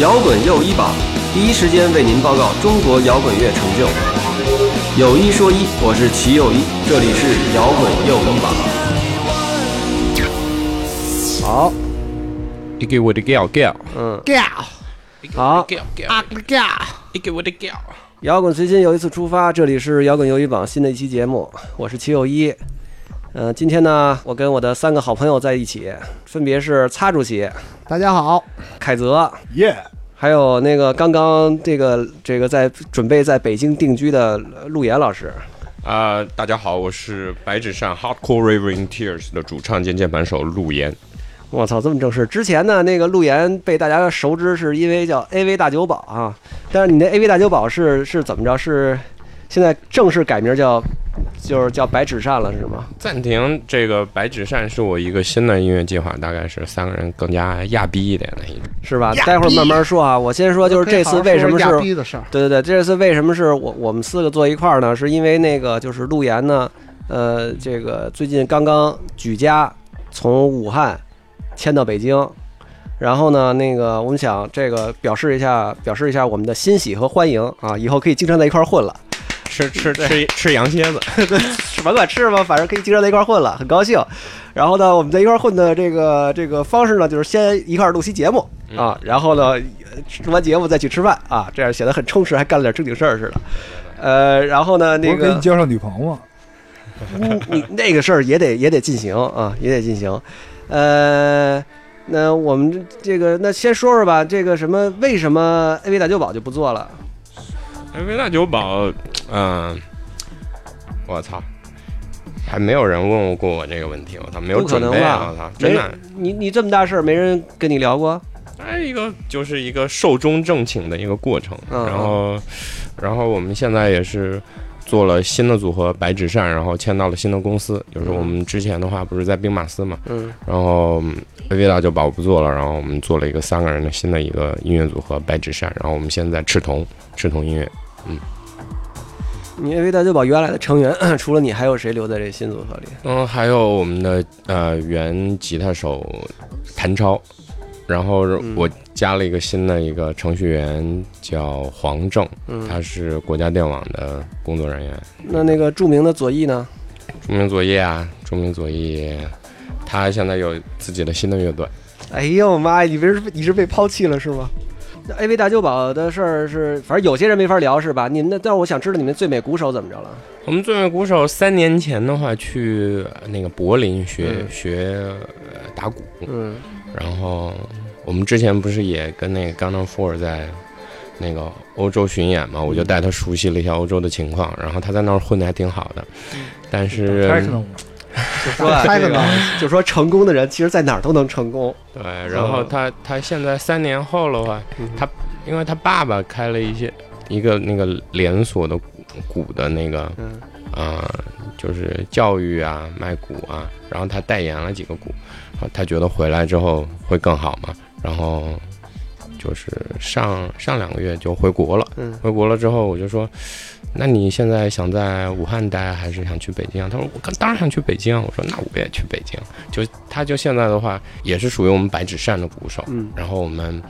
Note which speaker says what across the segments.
Speaker 1: 摇滚又一榜，第一时间为您报告中国摇滚乐成就。有一说一，我是齐又一，这里是摇滚又一榜。
Speaker 2: 好，
Speaker 3: 你给我的 girl girl，
Speaker 1: 嗯，
Speaker 2: 嘎，
Speaker 1: 好，
Speaker 3: girl girl，
Speaker 2: 啊嘎，
Speaker 3: 你给我的 girl，
Speaker 1: 摇滚随心又一次出发，这里是摇滚又一榜新的一期节目，我是齐又一。嗯、今天呢，我跟我的三个好朋友在一起，分别是擦主席、
Speaker 2: 大家好，
Speaker 1: 凯泽，
Speaker 4: 耶、
Speaker 1: 还有那个刚刚这个这个在准备在北京定居的呃陆岩老师。
Speaker 3: 啊、大家好，我是白纸上 Hardcore River in Tears 的主唱兼键盘手陆岩。
Speaker 1: 我操，这么正式！之前呢，那个陆岩被大家熟知是因为叫 AV 大酒保啊，但是你那 AV 大酒保是是怎么着？是现在正式改名叫就是叫白纸扇了是吗？
Speaker 3: 暂停，这个白纸扇是我一个新的音乐计划，大概是三个人更加亚逼一点的一种。
Speaker 1: 是吧？
Speaker 2: 呀
Speaker 1: 待会儿慢慢说啊。我先说，就是这次为什么是
Speaker 2: 可以好好说说亚逼的事儿？
Speaker 1: 对对对，这次为什么是我我们四个坐一块儿呢？是因为那个就是陆岩呢，呃，这个最近刚刚举家从武汉迁到北京，然后呢，那个我们想这个表示一下，表示一下我们的欣喜和欢迎啊，以后可以经常在一块儿混了，
Speaker 3: 吃吃吃吃羊蝎子，
Speaker 1: 甭管吃吧，反正可以经常在一块儿混了，很高兴。然后呢，我们在一块儿混的这个这个方式呢，就是先一块儿录期节目
Speaker 3: 嗯
Speaker 1: 啊，然后呢，录完节目再去吃饭啊，这样显得很充实，还干了点正经事儿似的。
Speaker 3: 嗯
Speaker 1: 呃，然后呢，
Speaker 4: 不
Speaker 1: 那
Speaker 4: 是给
Speaker 1: 个
Speaker 4: 你介绍女朋友吗？
Speaker 1: 你那个事儿也得也得进行啊，也得进行。呃，那我们这个那先说说吧，这个什么为什么 AV 大酒保就不做了？
Speaker 3: 哎，维纳酒保，嗯、我操，还没有人问过我这个问题，我操，没有
Speaker 1: 不可
Speaker 3: 准
Speaker 1: 能
Speaker 3: 备啊，
Speaker 1: 吧
Speaker 3: 我操，
Speaker 1: 没
Speaker 3: 真的
Speaker 1: 人。，你你这么大事儿，没人跟你聊过？
Speaker 3: 还有一个就是一个寿终正寝的一个过程，
Speaker 1: 嗯
Speaker 3: 然后，然后我们现在也是做了新的组合白纸扇，然后签到了新的公司。就是我们之前的话不是在兵马司嘛，
Speaker 1: 嗯，
Speaker 3: 然后嗯薇薇大就把我不做了，然后我们做了一个三个人的新的一个音乐组合白纸扇，然后我们现在赤铜赤铜音乐，
Speaker 1: 你 AV 大酒保原来的成员除了你，还有谁留在这新组合里？
Speaker 3: 嗯，还有我们的呃原吉他手谭超，然后
Speaker 1: 嗯
Speaker 3: 我加了一个新的一个程序员叫黄正，他是国家电网的工作人员。
Speaker 1: 那那个著名的左翼呢？
Speaker 3: 著名左翼啊，著名左翼，他现在有自己的新的乐队。
Speaker 1: 哎呦妈呀，你不是你是被抛弃了是吗？那 AV 大酒保的事儿是，反正有些人没法聊是吧？你们的，但是我想知道你们最美鼓手怎么着了？
Speaker 3: 我们最美鼓手三年前的话去呃那个柏林学、
Speaker 1: 嗯
Speaker 3: 学呃打鼓，
Speaker 1: 嗯
Speaker 3: 然后我们之前不是也跟那个 g u n n Four 在那个欧洲巡演嘛，我就带他熟悉了一下欧洲的情况，然后他在那儿混的还挺好的，但是
Speaker 4: 开可能
Speaker 1: 就说啊
Speaker 2: 开
Speaker 1: 这
Speaker 2: 个
Speaker 1: 个
Speaker 2: 脑，
Speaker 1: 就说成功的人，其实在哪儿都能成功。
Speaker 3: 对，然后他他现在三年后的话，他因为他爸爸开了一些一个那个连锁的鼓的那个
Speaker 1: 嗯
Speaker 3: 啊、就是教育啊，卖鼓啊，然后他代言了几个鼓，然后他觉得回来之后会更好嘛，然后就是上上两个月就回国了，
Speaker 1: 嗯
Speaker 3: 回国了之后我就说，那你现在想在武汉待还是想去北京啊？他说我当然想去北京啊，我说那我也去北京，就他就现在的话也是属于我们白纸扇的鼓手，
Speaker 1: 嗯
Speaker 3: 然后我们，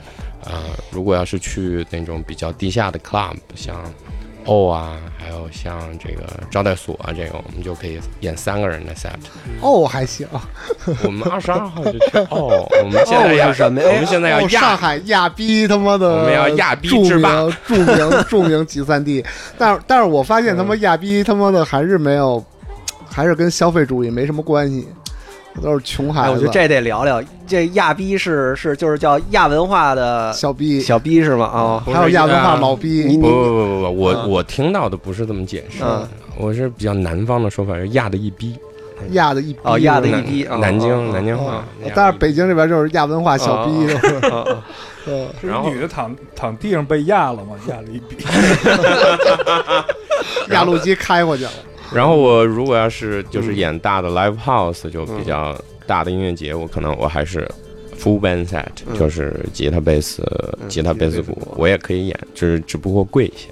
Speaker 3: 呃，如果要是去那种比较地下的 club，像 O 啊，还有像这个招待所啊，这个我们就可以演三个人的 set。
Speaker 2: 哦，还行，
Speaker 3: 我们二十二号就去 O，我们现在
Speaker 1: 哦
Speaker 3: 要
Speaker 1: 是什么呀
Speaker 3: 我们现在要
Speaker 2: 哦上
Speaker 3: 压
Speaker 2: 海亚逼他妈的，
Speaker 3: 我们要亚逼
Speaker 2: 著
Speaker 3: 制
Speaker 2: 名
Speaker 3: 霸
Speaker 2: 著名著名集散地，但是但是我发现他妈亚逼他妈的还是没有，还是跟消费主义没什么关系，都是穷
Speaker 1: 哎，
Speaker 2: 孩
Speaker 1: 我觉
Speaker 2: 子
Speaker 1: 得，这得聊聊。这亚逼是是就是叫亚文化的
Speaker 2: 小逼，
Speaker 1: 小逼是吗？啊、
Speaker 3: 不是
Speaker 2: 还有亚文化
Speaker 3: 啊
Speaker 2: 老
Speaker 1: 你
Speaker 2: 逼，
Speaker 3: 不不不不不，我
Speaker 2: 嗯
Speaker 3: 我听到的不是这么解释
Speaker 1: 嗯，
Speaker 3: 我是比较南方的说法，是压的一逼，
Speaker 2: 亚的一逼，
Speaker 1: 哦亚的一
Speaker 3: 南
Speaker 1: 逼哦
Speaker 3: 南
Speaker 1: 哦
Speaker 3: 京
Speaker 1: 哦
Speaker 3: 南京
Speaker 2: 哦
Speaker 3: 话。
Speaker 2: 但是北京这边就是亚文化小逼，都是，
Speaker 1: 啊啊
Speaker 2: 嗯
Speaker 4: 是
Speaker 3: 然后
Speaker 4: 女的躺躺地上被压了吗？压了一笔。
Speaker 2: 压路机开过去了。
Speaker 3: 然后我如果要是就是演大的 live house，就比较大的音乐节，我可能我还是 full band set，、
Speaker 1: 嗯
Speaker 3: 就是吉他、贝斯、吉他、贝斯鼓，我也可以演，就是只不过贵一些。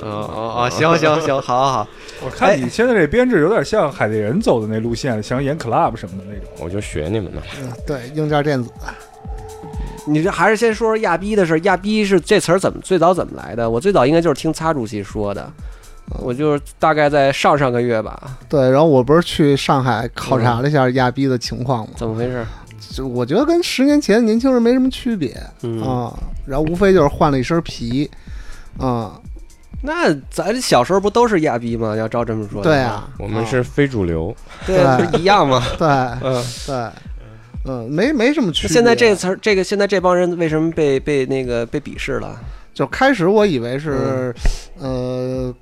Speaker 3: 嗯
Speaker 1: 啊啊啊！行行行，好好好，
Speaker 4: 我看你现在这编制有点像海贼人走的那路线，想演 club 什么的那种。
Speaker 3: 我就学你们的。
Speaker 2: 嗯，对，硬件电子，
Speaker 1: 你这还是先说说亚逼的事儿。亚逼是这词儿怎么最早怎么来的？我最早应该就是听擦主席说的，我就是大概在上上个月吧，
Speaker 2: 对，然后我不是去上海考察了一下亚逼的情况嘛，
Speaker 1: 怎么回事？
Speaker 2: 就我觉得跟十年前的年轻人没什么区别
Speaker 1: 嗯，
Speaker 2: 啊，然后无非就是换了一身皮，啊，
Speaker 1: 那咱小时候不都是亚逼吗？要照这么说的话，
Speaker 2: 对啊，
Speaker 3: 我们是非主流，
Speaker 1: 对啊，不是一样吗？
Speaker 2: 啊，
Speaker 1: 嗯，
Speaker 2: 对对，嗯，没没什么区
Speaker 1: 那
Speaker 2: 别。
Speaker 1: 现在这个词儿，这个现在这帮人为什么被被那个被鄙视了？
Speaker 2: 就开始我以为是，呃。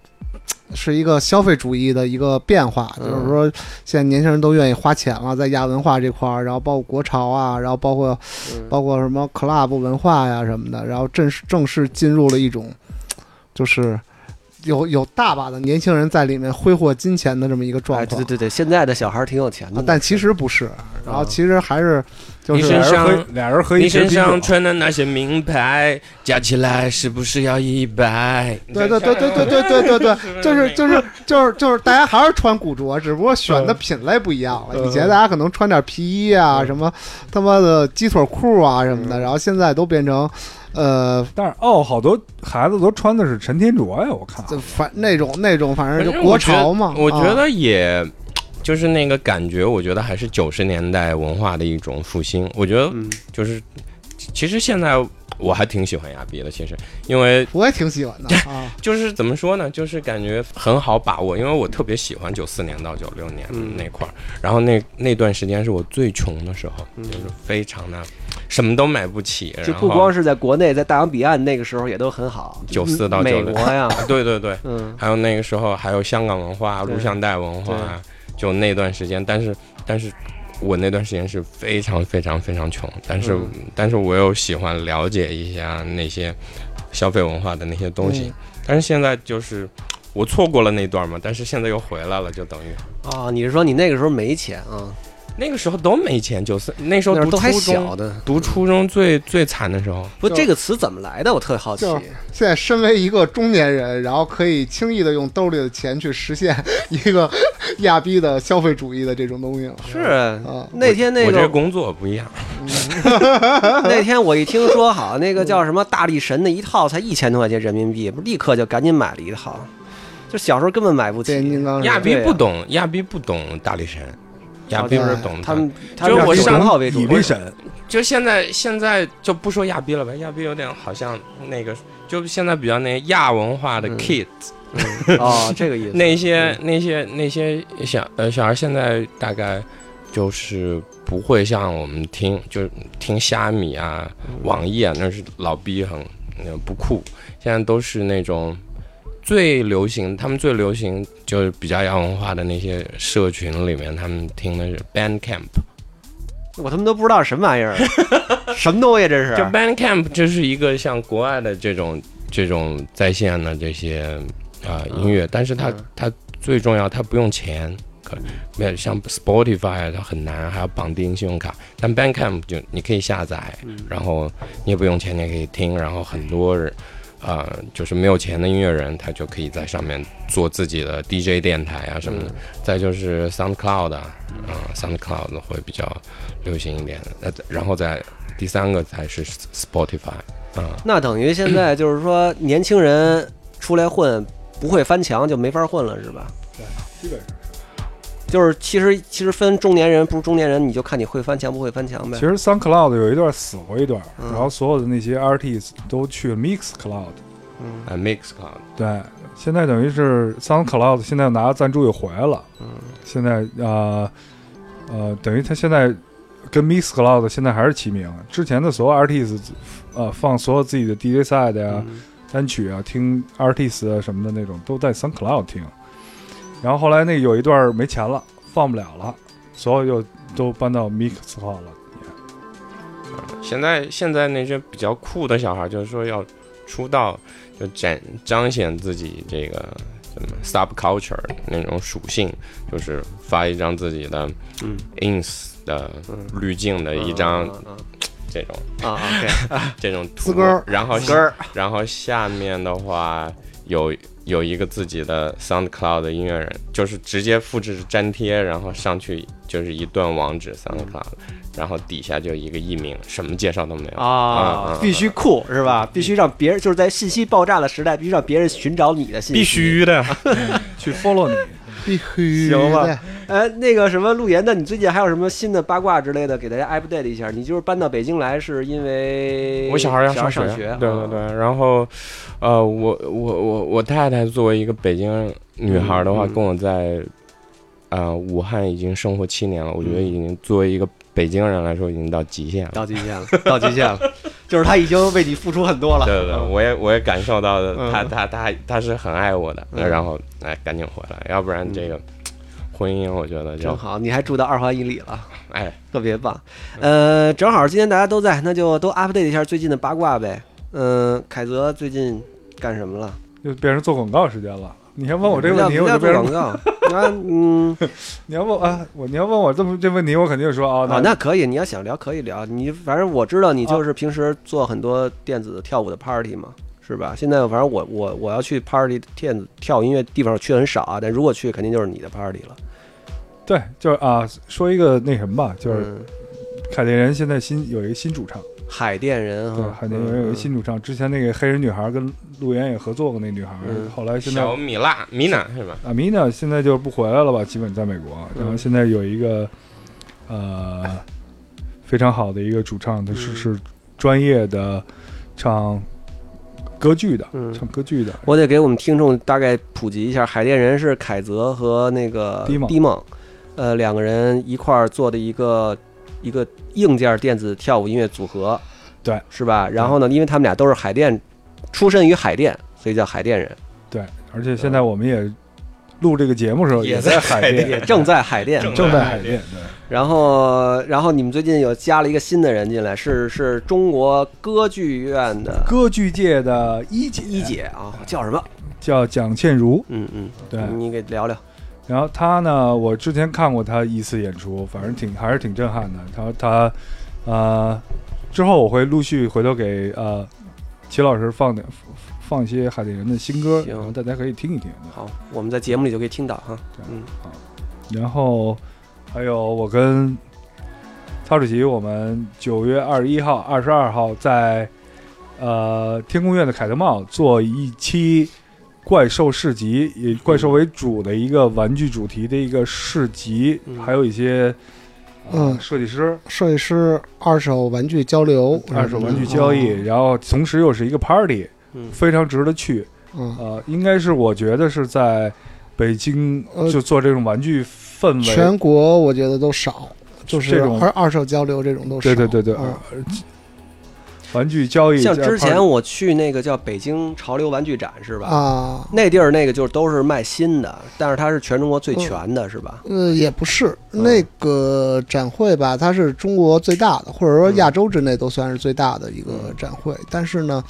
Speaker 2: 是一个消费主义的一个变化，
Speaker 1: 嗯
Speaker 2: 就是说，现在年轻人都愿意花钱了，在亚文化这块儿，然后包括国潮啊，然后包括
Speaker 1: 嗯
Speaker 2: 包括什么 club 文化呀什么的，然后正式正式进入了一种，就是有有大把的年轻人在里面挥霍金钱的这么一个状
Speaker 1: 哎，对
Speaker 2: 况。啊
Speaker 1: 对对对，现在的小孩儿挺有钱的，
Speaker 2: 但其实不是，然后
Speaker 1: 嗯
Speaker 2: 其实还是就
Speaker 3: 你
Speaker 2: 是
Speaker 3: 身
Speaker 4: 俩人
Speaker 3: 上
Speaker 4: 喝俩人喝一
Speaker 3: 你
Speaker 4: 瓶
Speaker 3: 身
Speaker 4: 啤
Speaker 3: 上
Speaker 4: 酒，
Speaker 3: 穿的那些名牌，加起来是不是要一百？
Speaker 2: 对对对对对对对对 对，就是就是就是就是大家还是穿古着，只不过选
Speaker 1: 嗯
Speaker 2: 的品类不一样了。
Speaker 3: 嗯
Speaker 2: 以前大家可能穿点皮衣啊，
Speaker 3: 嗯
Speaker 2: 什么他妈的鸡腿裤啊什么
Speaker 1: 嗯
Speaker 2: 的，然后现在都变成呃，
Speaker 4: 但是哦，好多孩子都穿的是陈天卓呀，我看
Speaker 2: 这反那种那种反正
Speaker 3: 反
Speaker 2: 就
Speaker 3: 正
Speaker 2: 国
Speaker 3: 我觉
Speaker 2: 潮嘛。
Speaker 3: 我觉
Speaker 2: 啊
Speaker 3: 得也。就是那个感觉，我觉得还是九十年代文化的一种复兴。我觉得
Speaker 1: 嗯，
Speaker 3: 就是，其实现在我还挺喜欢亚比的，其实，因为
Speaker 2: 我也挺喜欢的啊。
Speaker 3: 就是怎么说呢，就是感觉很好把握，因为我特别喜欢九四年到九六年
Speaker 1: 嗯
Speaker 3: 那块儿，然后那那段时间是我最穷的时候，
Speaker 1: 嗯
Speaker 3: 就是非常的什么都买不起，
Speaker 1: 就
Speaker 3: 然
Speaker 1: 不光
Speaker 3: 后
Speaker 1: 是在国内，在大洋彼岸那个时候也都很好，
Speaker 3: 94到
Speaker 1: 美
Speaker 3: 96
Speaker 1: 国呀，
Speaker 3: 对对对，
Speaker 1: 嗯，
Speaker 3: 还有那个时候还有香港文化、
Speaker 1: 对
Speaker 3: 录像带文化，就那段时间，但是但是。我那段时间是非常非常非常穷，但是、
Speaker 1: 嗯
Speaker 3: 但是我又喜欢了解一下那些消费文化的那些东
Speaker 1: 嗯
Speaker 3: 西，但是现在就是我错过了那段嘛，但是现在又回来了，就等于
Speaker 1: 啊，你是说你那个时候没钱啊？
Speaker 3: 那个时候都没钱，九四那时
Speaker 1: 那
Speaker 3: 候
Speaker 1: 时候
Speaker 3: 读
Speaker 1: 都还
Speaker 3: 初中
Speaker 1: 小的，
Speaker 3: 读初中最最惨的时候，
Speaker 1: 不，
Speaker 2: 就
Speaker 1: 这个词怎么来的？我特好奇。
Speaker 2: 就现在身为一个中年人，然后可以轻易的用兜里的钱去实 现一个亚逼的消费主义的这种东西了
Speaker 1: 是
Speaker 2: 啊。
Speaker 1: 那天那
Speaker 3: 我这
Speaker 1: 个
Speaker 3: 工作不一样，
Speaker 1: 那天我一听说好那个叫什么大力神的一套才一千多块钱人民币，不立刻就赶紧买了一套，就小时候根本买不
Speaker 2: 变形金
Speaker 1: 起。
Speaker 2: 刚是
Speaker 3: 亚
Speaker 1: 逼
Speaker 3: 逼不懂，亚逼不懂大力神，亚逼不是懂
Speaker 1: 哦他们，他
Speaker 3: 嗯就
Speaker 1: 们
Speaker 3: 我
Speaker 1: 以
Speaker 3: 上
Speaker 1: 型号为主
Speaker 4: 比，利神，
Speaker 3: 就现在现在就不说亚逼了吧，亚逼有点好像那个，就现在比较那亚文化的
Speaker 1: 嗯
Speaker 3: kid，、
Speaker 1: 哦，这个意思。
Speaker 3: 那些那些那些小呃小孩现在大概就是不会像我们听就是听虾米啊、
Speaker 1: 嗯
Speaker 3: 网易啊，那是老逼很那个不酷，现在都是那种。最流行，他们最流行就是比较亚文化的那些社群里面，他们听的是 Bandcamp，
Speaker 1: 我他妈都不知道什么玩意 儿，什么东西这是啊
Speaker 3: 就？Bandcamp 这是一个像国外的这种这种在线的这些啊、呃
Speaker 1: 嗯
Speaker 3: 音乐，但是它、
Speaker 1: 嗯
Speaker 3: 它最重要，它不用钱，可没有像 Spotify 啊它很难，还要绑定信用卡。但 Bandcamp 就你可以下载，
Speaker 1: 嗯
Speaker 3: 然后你也不用钱，你也可以听，然后很多人。啊、就是没有钱的音乐人，他就可以在上面做自己的 DJ 电台啊什么的。
Speaker 1: 嗯
Speaker 3: 再就是 SoundCloud 啊、嗯 s o u n d c l o u d 会比较流行一点。呃，然后再第三个才是 Spotify 啊、
Speaker 1: 那等于现 在就是说，年轻人出来混不会翻墙就没法混了，是吧？
Speaker 4: 基本上。
Speaker 1: 就是其实其实分中年人不是中年人，你就看你会翻墙不会翻墙呗
Speaker 4: 其。实 SunCloud 有一段死过一段，
Speaker 1: 嗯
Speaker 4: 然后所有的那些 artist 都去 MixCloud。
Speaker 1: 嗯
Speaker 3: 啊 Mixcloud
Speaker 4: 对，现在等于是 SunCloud 现在拿赞助又回来了。
Speaker 1: 嗯，
Speaker 4: 现在呃呃，等于他现在跟 MixCloud 现在还是齐名。之前的所有 artist 呃放所有自己的 DJ set 呀、
Speaker 1: 嗯
Speaker 4: 单曲啊、听 artist 啊什么的那种，都在 SunCloud 听。然后后来那有一段没钱了，放不了了，所有就都搬到 MixCloud 了。
Speaker 3: 现在现在那些比较酷的小孩，就是说要出道，就展彰显自己这个怎么 subculture 那种属性，就是发一张自己的
Speaker 1: 嗯
Speaker 3: ins 的
Speaker 1: 嗯
Speaker 3: 滤镜的呃一张
Speaker 1: 啊啊
Speaker 3: 这种
Speaker 1: 啊啊，OK，
Speaker 3: 这种
Speaker 2: 自
Speaker 3: 图
Speaker 2: 个儿，
Speaker 3: 然后
Speaker 1: 根儿
Speaker 3: 然后下面的话有有一个自己的 SoundCloud 的音乐人，就是直接复制粘贴，然后上去就是一段网址 SoundCloud，然后底下就一个艺名，什么介绍都没有
Speaker 1: 啊
Speaker 3: 嗯嗯，
Speaker 1: 必须酷是吧？必须让别人就是在信息爆炸的时代，必须让别人寻找你的信息。
Speaker 3: 必。须的。
Speaker 4: 嗯去 follow 你。
Speaker 2: 必须的
Speaker 1: 行吧哎，那个什么陆岩，那你最近还有什么新的八卦之类的给大家 update 一下？你就是搬到北京来是因为
Speaker 3: 我小孩要
Speaker 1: 小孩
Speaker 3: 上
Speaker 1: 上啊
Speaker 3: 学，对对对。然后，呃，我我我我太太作为一个北京女孩的话，
Speaker 1: 嗯嗯
Speaker 3: 跟我在呃武汉已经生活七年了，我觉得
Speaker 1: 嗯
Speaker 3: 已经作为一个北京人来说，已经到极限了。
Speaker 1: 到极限了，到极限了， 就是他已经为你付出很多了。
Speaker 3: 对对对，
Speaker 1: 嗯
Speaker 3: 我也我也感受到
Speaker 1: 嗯
Speaker 3: 了，她她她她是很爱我的，
Speaker 1: 嗯
Speaker 3: 然后哎赶紧回来，要不然这个婚姻我觉得
Speaker 1: 真
Speaker 3: 就
Speaker 1: 好，你还住到二环以里了。
Speaker 3: 哎
Speaker 1: 特别棒。呃，正好今天大家都在，那就都 update 一下最近的八卦呗。嗯、凯泽最近干什么了？
Speaker 4: 就变成做广告时间了。你要问我这个问题，
Speaker 1: 不
Speaker 4: 我
Speaker 1: 要
Speaker 4: 就
Speaker 1: 不要
Speaker 4: 变
Speaker 1: 做广
Speaker 4: 成
Speaker 1: 告。 那嗯，
Speaker 4: 你要问啊，我你要问我这么这问题，我肯定说啊，
Speaker 1: 啊，那可以，你要想聊可以聊。你反正我知道你就是平时做很多电子跳舞的 party 嘛，是吧？现在反正我我我要去 party 电子跳舞音乐地方去很少啊，但如果去肯定就是你的 party 了。
Speaker 4: 对，就是啊，说一个那什么吧，就是
Speaker 1: 嗯
Speaker 4: 凯甸人现在新有一个新主唱，
Speaker 1: 海淀人
Speaker 4: 对，
Speaker 1: 哈，
Speaker 4: 海淀
Speaker 1: 嗯
Speaker 4: 人有一个新主唱，之前那个黑人女孩跟陆岩也合作过，那女孩
Speaker 1: 嗯，
Speaker 4: 后来现在
Speaker 3: 小米辣米娜是吧？
Speaker 4: 阿米娜现在就不回来了吧，基本在美国，
Speaker 1: 嗯
Speaker 4: 然后现在有一个呃非常好的一个主唱，他是
Speaker 1: 嗯
Speaker 4: 是专业的唱歌剧的，
Speaker 1: 嗯
Speaker 4: 唱歌剧的，
Speaker 1: 我得给我们听众大概普及一下，海淀人是凯泽和那个
Speaker 4: 迪梦
Speaker 1: 呃，两个人一块儿做的一个一个硬件电子跳舞音乐组合，
Speaker 4: 对，
Speaker 1: 是吧？然后呢，因为他们俩都是海淀，出身于海淀，所以叫海淀人，
Speaker 4: 对，而且现在我们也录这个节目的时候
Speaker 3: 也
Speaker 4: 在
Speaker 3: 在
Speaker 4: 海
Speaker 3: 海
Speaker 4: 淀，
Speaker 3: 淀
Speaker 1: 也正在海淀。
Speaker 3: 正
Speaker 4: 正在海淀，对，
Speaker 1: 然后，然后你们最近有加了一个新的人进来，是是中国歌剧院的
Speaker 4: 歌剧界的一姐，
Speaker 1: 一姐啊，叫什么？
Speaker 4: 叫蒋倩茹，
Speaker 1: 嗯嗯，
Speaker 4: 对，
Speaker 1: 你给聊聊。
Speaker 4: 然后她呢，我之前看过她一次演出，反正挺还是挺震撼的。她她，呃，之后我会陆续回头给呃齐老师放点放一些海淀人的新歌，
Speaker 1: 行
Speaker 4: 然后大家可以听一听。
Speaker 1: 好，我们在节目里就可以听到哈。嗯，
Speaker 4: 然后还有我跟曹主席，我们九月二十一号、二十二号在呃天宫院的凯特茂做一期怪兽市集，以怪兽为主的一个玩具主题的一个市集，
Speaker 1: 嗯
Speaker 4: 还有一些。呃
Speaker 2: 嗯
Speaker 4: 设计师
Speaker 2: 设计师二手玩具交流，
Speaker 4: 二手玩具交易，然后同时又是一个 party，
Speaker 1: 嗯
Speaker 4: 非常值得去。
Speaker 2: 嗯，嗯，
Speaker 4: 呃，应该是我觉得是在北京
Speaker 2: 呃
Speaker 4: 就做这种玩具氛围，
Speaker 2: 全国我觉得都少，就是
Speaker 4: 嗯这种
Speaker 2: 二二手交流这种都少。
Speaker 4: 对对对对，
Speaker 2: 嗯
Speaker 4: 呃玩具交易
Speaker 1: 像
Speaker 4: 在
Speaker 1: 之
Speaker 4: party-
Speaker 1: 前我去那个叫北京潮流玩具展是吧？
Speaker 2: 啊，
Speaker 1: 那地儿那个就是都是卖新的，但是它是全中国
Speaker 2: 嗯
Speaker 1: 最全的，是吧？
Speaker 2: 呃，也不是
Speaker 1: 嗯
Speaker 2: 那个展会吧，它是中国最大的，或者说
Speaker 1: 嗯
Speaker 2: 亚洲之内都算是最大的一个展会。但是呢，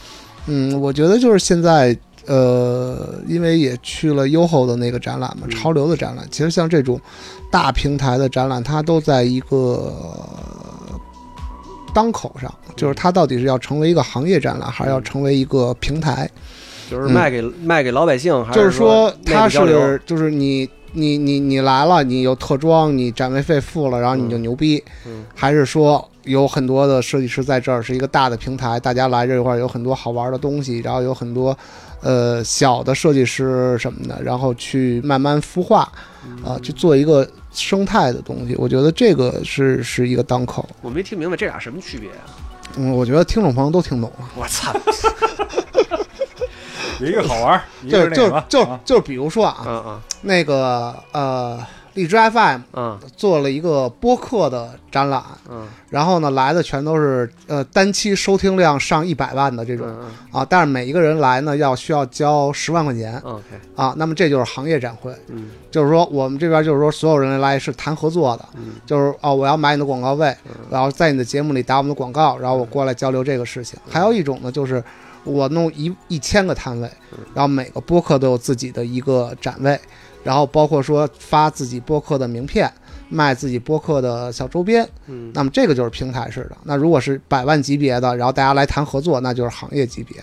Speaker 2: 嗯，我觉得就是现在，呃，因为也去了 YOHO 的那个展览嘛，
Speaker 1: 嗯
Speaker 2: 潮流的展览，其实像这种大平台的展览，它都在一个。当口上，
Speaker 1: 嗯
Speaker 2: 就是它到底是要成为一个行业展览，还是要成为一个平台？
Speaker 1: 就是卖给、卖给老百姓，还
Speaker 2: 嗯就是
Speaker 1: 说
Speaker 2: 它
Speaker 1: 内部交流
Speaker 2: 是就是你你你你来了，你有特装，你展位费付了，然后你就牛逼，
Speaker 1: 嗯
Speaker 2: 还是说有很多的设计师在这儿是一个大的平台，大家来这块儿有很多好玩的东西，然后有很多呃小的设计师什么的，然后去慢慢孵化
Speaker 1: 嗯
Speaker 2: 啊、去做一个生态的东西。我觉得这个是是一个当口，
Speaker 1: 我没听明白这俩什么区别啊！
Speaker 2: 嗯，我觉得听众朋友都听懂了。
Speaker 1: 我操！
Speaker 4: 一个好玩儿，一
Speaker 2: 就
Speaker 4: 个
Speaker 2: 就就
Speaker 4: 啊
Speaker 2: 就比如说啊，
Speaker 1: 嗯嗯
Speaker 2: 那个呃，荔枝 FM
Speaker 1: 嗯
Speaker 2: 做了一个播客的展览，
Speaker 1: 嗯
Speaker 2: 然后呢，来的全都是呃单期收听量上一百万的这种
Speaker 1: 嗯
Speaker 2: 啊，但是每一个人来呢要需要交十万块钱
Speaker 1: 嗯，OK，
Speaker 2: 啊，那么这就是行业展会，
Speaker 1: 嗯
Speaker 2: 就是说我们这边就是说所有人来是谈合作的，
Speaker 1: 嗯
Speaker 2: 就是哦我要买你的广告位，然后在你的节目里打我们的广告，然后
Speaker 1: 嗯
Speaker 2: 我过来交流这个事情。还有一种呢就是。我弄一一千个摊位，
Speaker 1: 嗯
Speaker 2: 然后每个播客都有自己的一个展位，然后包括说发自己播客的名片，卖自己播客的小周边，
Speaker 1: 嗯
Speaker 2: 那么这个就是平台式的。那如果是百万级别的，然后大家来谈合作，那就是行业级别。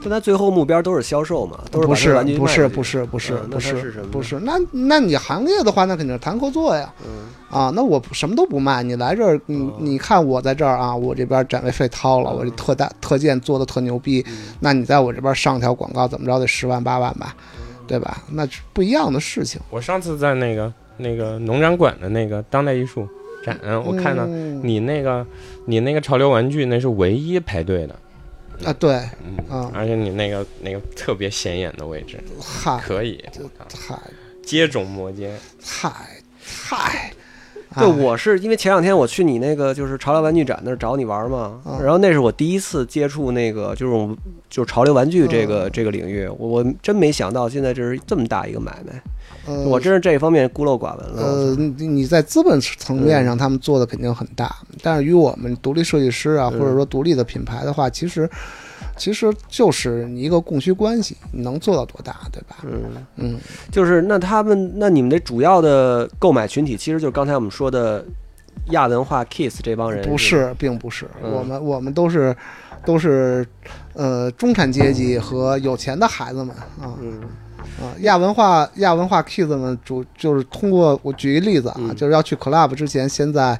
Speaker 1: 但他最后目标都是销售嘛，都
Speaker 2: 不
Speaker 1: 是
Speaker 2: 是
Speaker 1: 把这玩具卖
Speaker 2: 不是
Speaker 1: 出去
Speaker 2: 不，是不是
Speaker 1: 嗯那
Speaker 2: 不
Speaker 1: 它
Speaker 2: 是
Speaker 1: 是什么呢
Speaker 2: 不是，那那你行业的话，那肯定是谈合作呀。
Speaker 1: 嗯
Speaker 2: 啊，那我什么都不卖，你来这儿，你
Speaker 1: 哦
Speaker 2: 你看我在这儿啊，我这边展位费掏了，我这特大特件做的特牛逼，
Speaker 1: 嗯
Speaker 2: 那你在我这边上条广告怎么着得十万八万吧，
Speaker 1: 嗯
Speaker 2: 对吧？那是不一样的事情。
Speaker 3: 我上次在那个那个农展馆的那个当代艺术展，我看到
Speaker 2: 嗯
Speaker 3: 你那个你那个潮流玩具那是唯一排队的，
Speaker 2: 啊，对，
Speaker 3: 嗯
Speaker 2: 啊，
Speaker 3: 而且你那个那个特别显眼的位置，
Speaker 2: 嗨
Speaker 3: 可以
Speaker 2: 嗨
Speaker 3: 接踵摩肩。
Speaker 2: 嗨嗨，
Speaker 1: 对，
Speaker 2: 哎
Speaker 1: 我是因为前两天我去你那个就是潮流玩具展那儿找你玩嘛，
Speaker 2: 嗯
Speaker 1: 然后那是我第一次接触那个就是我们就是潮流玩具这个、
Speaker 2: 嗯
Speaker 1: 这个领域，我我真没想到现在这是这么大一个买卖，
Speaker 2: 呃
Speaker 1: 我真是这方面孤陋寡闻了。
Speaker 2: 呃，你你在资本层面上，他们做的肯定很大，但是与我们独立设计师啊，或者说独立的品牌的话，其实其实就是你一个供需关系，你能做到多大，对吧？
Speaker 1: 嗯，
Speaker 2: 嗯，
Speaker 1: 就是那他们那你们的主要的购买群体其实就是刚才我们说的亚文化 kiss 这帮人，
Speaker 2: 不
Speaker 1: 是吧，
Speaker 2: 是，并不是，
Speaker 1: 嗯
Speaker 2: 我们我们都是都是呃中产阶级和有钱的孩子们啊
Speaker 1: 嗯
Speaker 2: 啊，亚文化亚文化 kids 们主就是通过我举一例子啊，
Speaker 1: 嗯
Speaker 2: 就是要去 club 之前，先在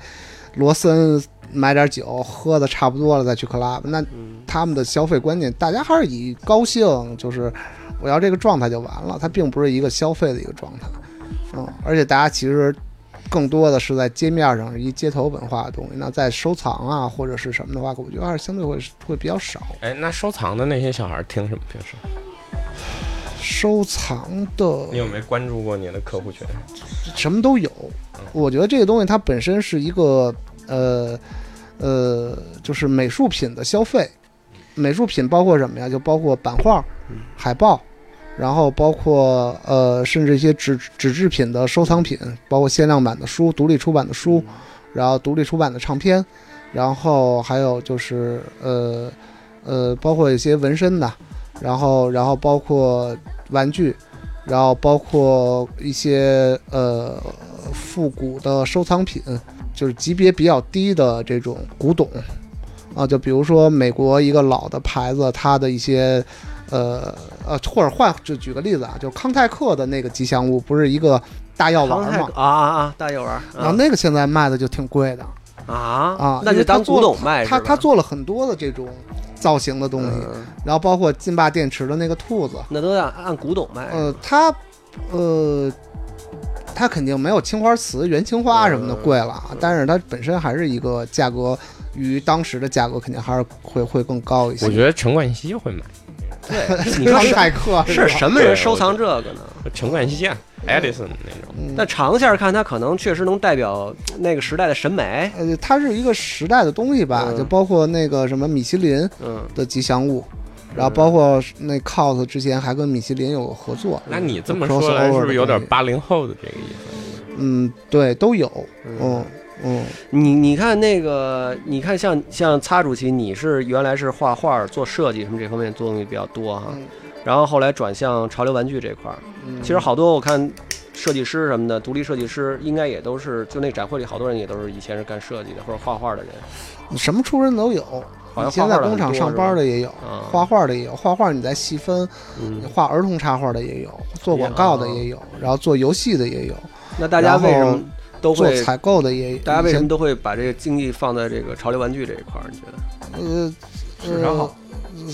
Speaker 2: 罗森买点酒，喝的差不多了再去 club，那
Speaker 1: 嗯
Speaker 2: 他们的消费观念，大家还是以高兴，就是我要这个状态就完了，它并不是一个消费的一个状态，嗯，而且大家其实更多的是在街面上是一街头文化的东西，那在收藏啊或者是什么的话，我觉得还是相对会会比较少。
Speaker 3: 哎，那收藏的那些小孩听什么？平时
Speaker 2: 收藏的
Speaker 3: 你有没有关注过你的客户群？
Speaker 2: 什么都有，我觉得这个东西它本身是一个呃呃，就是美术品的消费，美术品包括什么呀？就包括版画、海报，然后包括呃，甚至一些纸纸制品的收藏品，包括限量版的书、独立出版的书，然后独立出版的唱片，然后还有就是呃呃，包括一些纹身的，然后然后包括玩具，然后包括一些呃复古的收藏品，就是级别比较低的这种古董啊，就比如说美国一个老的牌子，它的一些呃呃，或者换就举个例子啊，就是康泰克的那个吉祥物，不是一个大药
Speaker 1: 康
Speaker 2: 丸
Speaker 1: 泰
Speaker 2: 吗
Speaker 1: 克？啊啊啊，大药丸
Speaker 2: 然后
Speaker 1: 啊
Speaker 2: 那个现在卖的就挺贵的，
Speaker 1: 啊
Speaker 2: 啊
Speaker 1: 那
Speaker 2: 因
Speaker 1: 就
Speaker 2: 为他
Speaker 1: 当古
Speaker 2: 做
Speaker 1: 董卖是
Speaker 2: 他
Speaker 1: 吧？
Speaker 2: 他做了很多的这种造型的东西，
Speaker 1: 嗯
Speaker 2: 然后包括劲霸电池的那个兔子，
Speaker 1: 那都按按古董卖，
Speaker 2: 呃，它呃，它肯定没有青花瓷、原青花什么
Speaker 1: 嗯
Speaker 2: 的贵了，啊，但是它本身还是一个价格，与当时的价格肯定还是会会更高一些。
Speaker 3: 我觉得陈冠希会买，
Speaker 1: 对，你说
Speaker 2: 康
Speaker 1: 是
Speaker 2: 泰克
Speaker 1: 是
Speaker 2: 吧
Speaker 1: 什么人收藏这个呢？
Speaker 3: 陈冠希啊，Edison 那种。
Speaker 2: 嗯
Speaker 1: 但长线看，它可能确实能代表那个时代的审美。
Speaker 2: 呃，它是一个时代的东西吧，
Speaker 1: 嗯
Speaker 2: 就包括那个什么米其林
Speaker 1: 嗯，
Speaker 2: 的吉祥物，然后包括那 COS 之前还跟米其林有过合作，
Speaker 3: 那你这么说来，是不是有点八零后的这个意思？
Speaker 2: 嗯，对，都有，嗯嗯，
Speaker 1: 你你看那个，你看像像擦主席，你是原来是画画、做设计什么这方面做东西比较多哈
Speaker 2: 嗯，
Speaker 1: 然后后来转向潮流玩具这块儿。
Speaker 2: 嗯
Speaker 1: 其实好多我看设计师什么的，独立设计师应该也都是，就那展会里好多人也都是以前是干设计的或者画画的人，
Speaker 2: 什么出身都有，
Speaker 1: 好像
Speaker 2: 以前
Speaker 1: 画
Speaker 2: 在
Speaker 1: 画的很
Speaker 2: 工厂
Speaker 1: 多
Speaker 2: 上
Speaker 1: 是
Speaker 2: 班
Speaker 1: 吧
Speaker 2: 的也有，
Speaker 1: 啊，
Speaker 2: 画画的也有，画画你再细分，
Speaker 1: 嗯
Speaker 2: 你画儿童插画的也有，做广告的也有，然后做游戏的也有，
Speaker 1: 那大家为什么都
Speaker 2: 做
Speaker 1: 会？
Speaker 2: 采购的也有。
Speaker 1: 大家为什么
Speaker 2: 以
Speaker 1: 都会把这个精力放在这个潮流玩具这一块儿？你觉得
Speaker 2: 前呃
Speaker 3: 市场好？
Speaker 2: 呃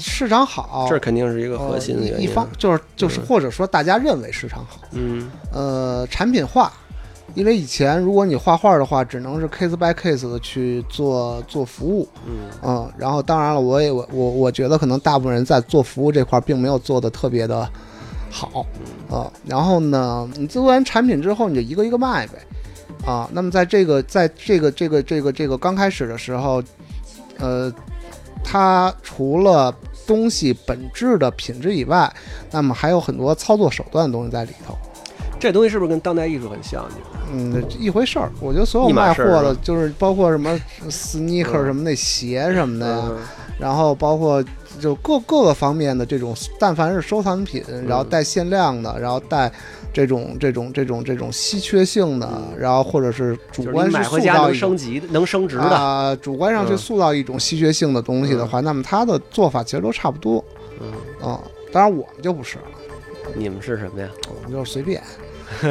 Speaker 2: 市场好，
Speaker 1: 这肯定是一个核心的
Speaker 2: 呃
Speaker 1: 原
Speaker 2: 一
Speaker 1: 因。
Speaker 2: 一方就是就是
Speaker 1: 嗯
Speaker 2: 或者说大家认为市场好，
Speaker 1: 嗯，
Speaker 2: 呃，产品化。因为以前如果你画画的话，只能是 case by case 的去做做服务，
Speaker 1: 嗯
Speaker 2: 嗯，然后当然了，我也我我我觉得可能大部分人在做服务这块儿并没有做的特别的好，啊，然后呢，你做完产品之后你就一个一个卖呗，啊，那么在这个在这个这个这个这个刚开始的时候，呃，它除了东西本质的品质以外，那么还有很多操作手段的东西在里头，
Speaker 1: 这东西是不是跟当代艺术很像？你觉得
Speaker 2: 嗯，一回事儿。我觉得所有
Speaker 1: 一码
Speaker 2: 卖
Speaker 1: 事
Speaker 2: 货
Speaker 1: 儿
Speaker 2: 的
Speaker 1: 是，
Speaker 2: 就是包括 什么 sneaker
Speaker 1: 嗯
Speaker 2: 什么那鞋什么的呀。
Speaker 1: 嗯
Speaker 2: 然后包括就各各个方面的这种，但凡是收藏品，
Speaker 1: 嗯
Speaker 2: 然后带限量的，然后带这种这种这种这种稀缺性的，然后或者是
Speaker 1: 嗯就
Speaker 2: 主
Speaker 1: 是
Speaker 2: 观
Speaker 1: 你
Speaker 2: 是
Speaker 1: 买
Speaker 2: 塑
Speaker 1: 回家
Speaker 2: 造
Speaker 1: 能
Speaker 2: 一种
Speaker 1: 升级的、能升值的，
Speaker 2: 啊、主观上去
Speaker 1: 嗯
Speaker 2: 塑造一种稀缺性的东西的话，那么它的做法其实都差不多。
Speaker 1: 嗯，
Speaker 2: 啊、当然我们就不是了，
Speaker 1: 你们是什 么呀？
Speaker 2: 我们就是随便，
Speaker 4: 爱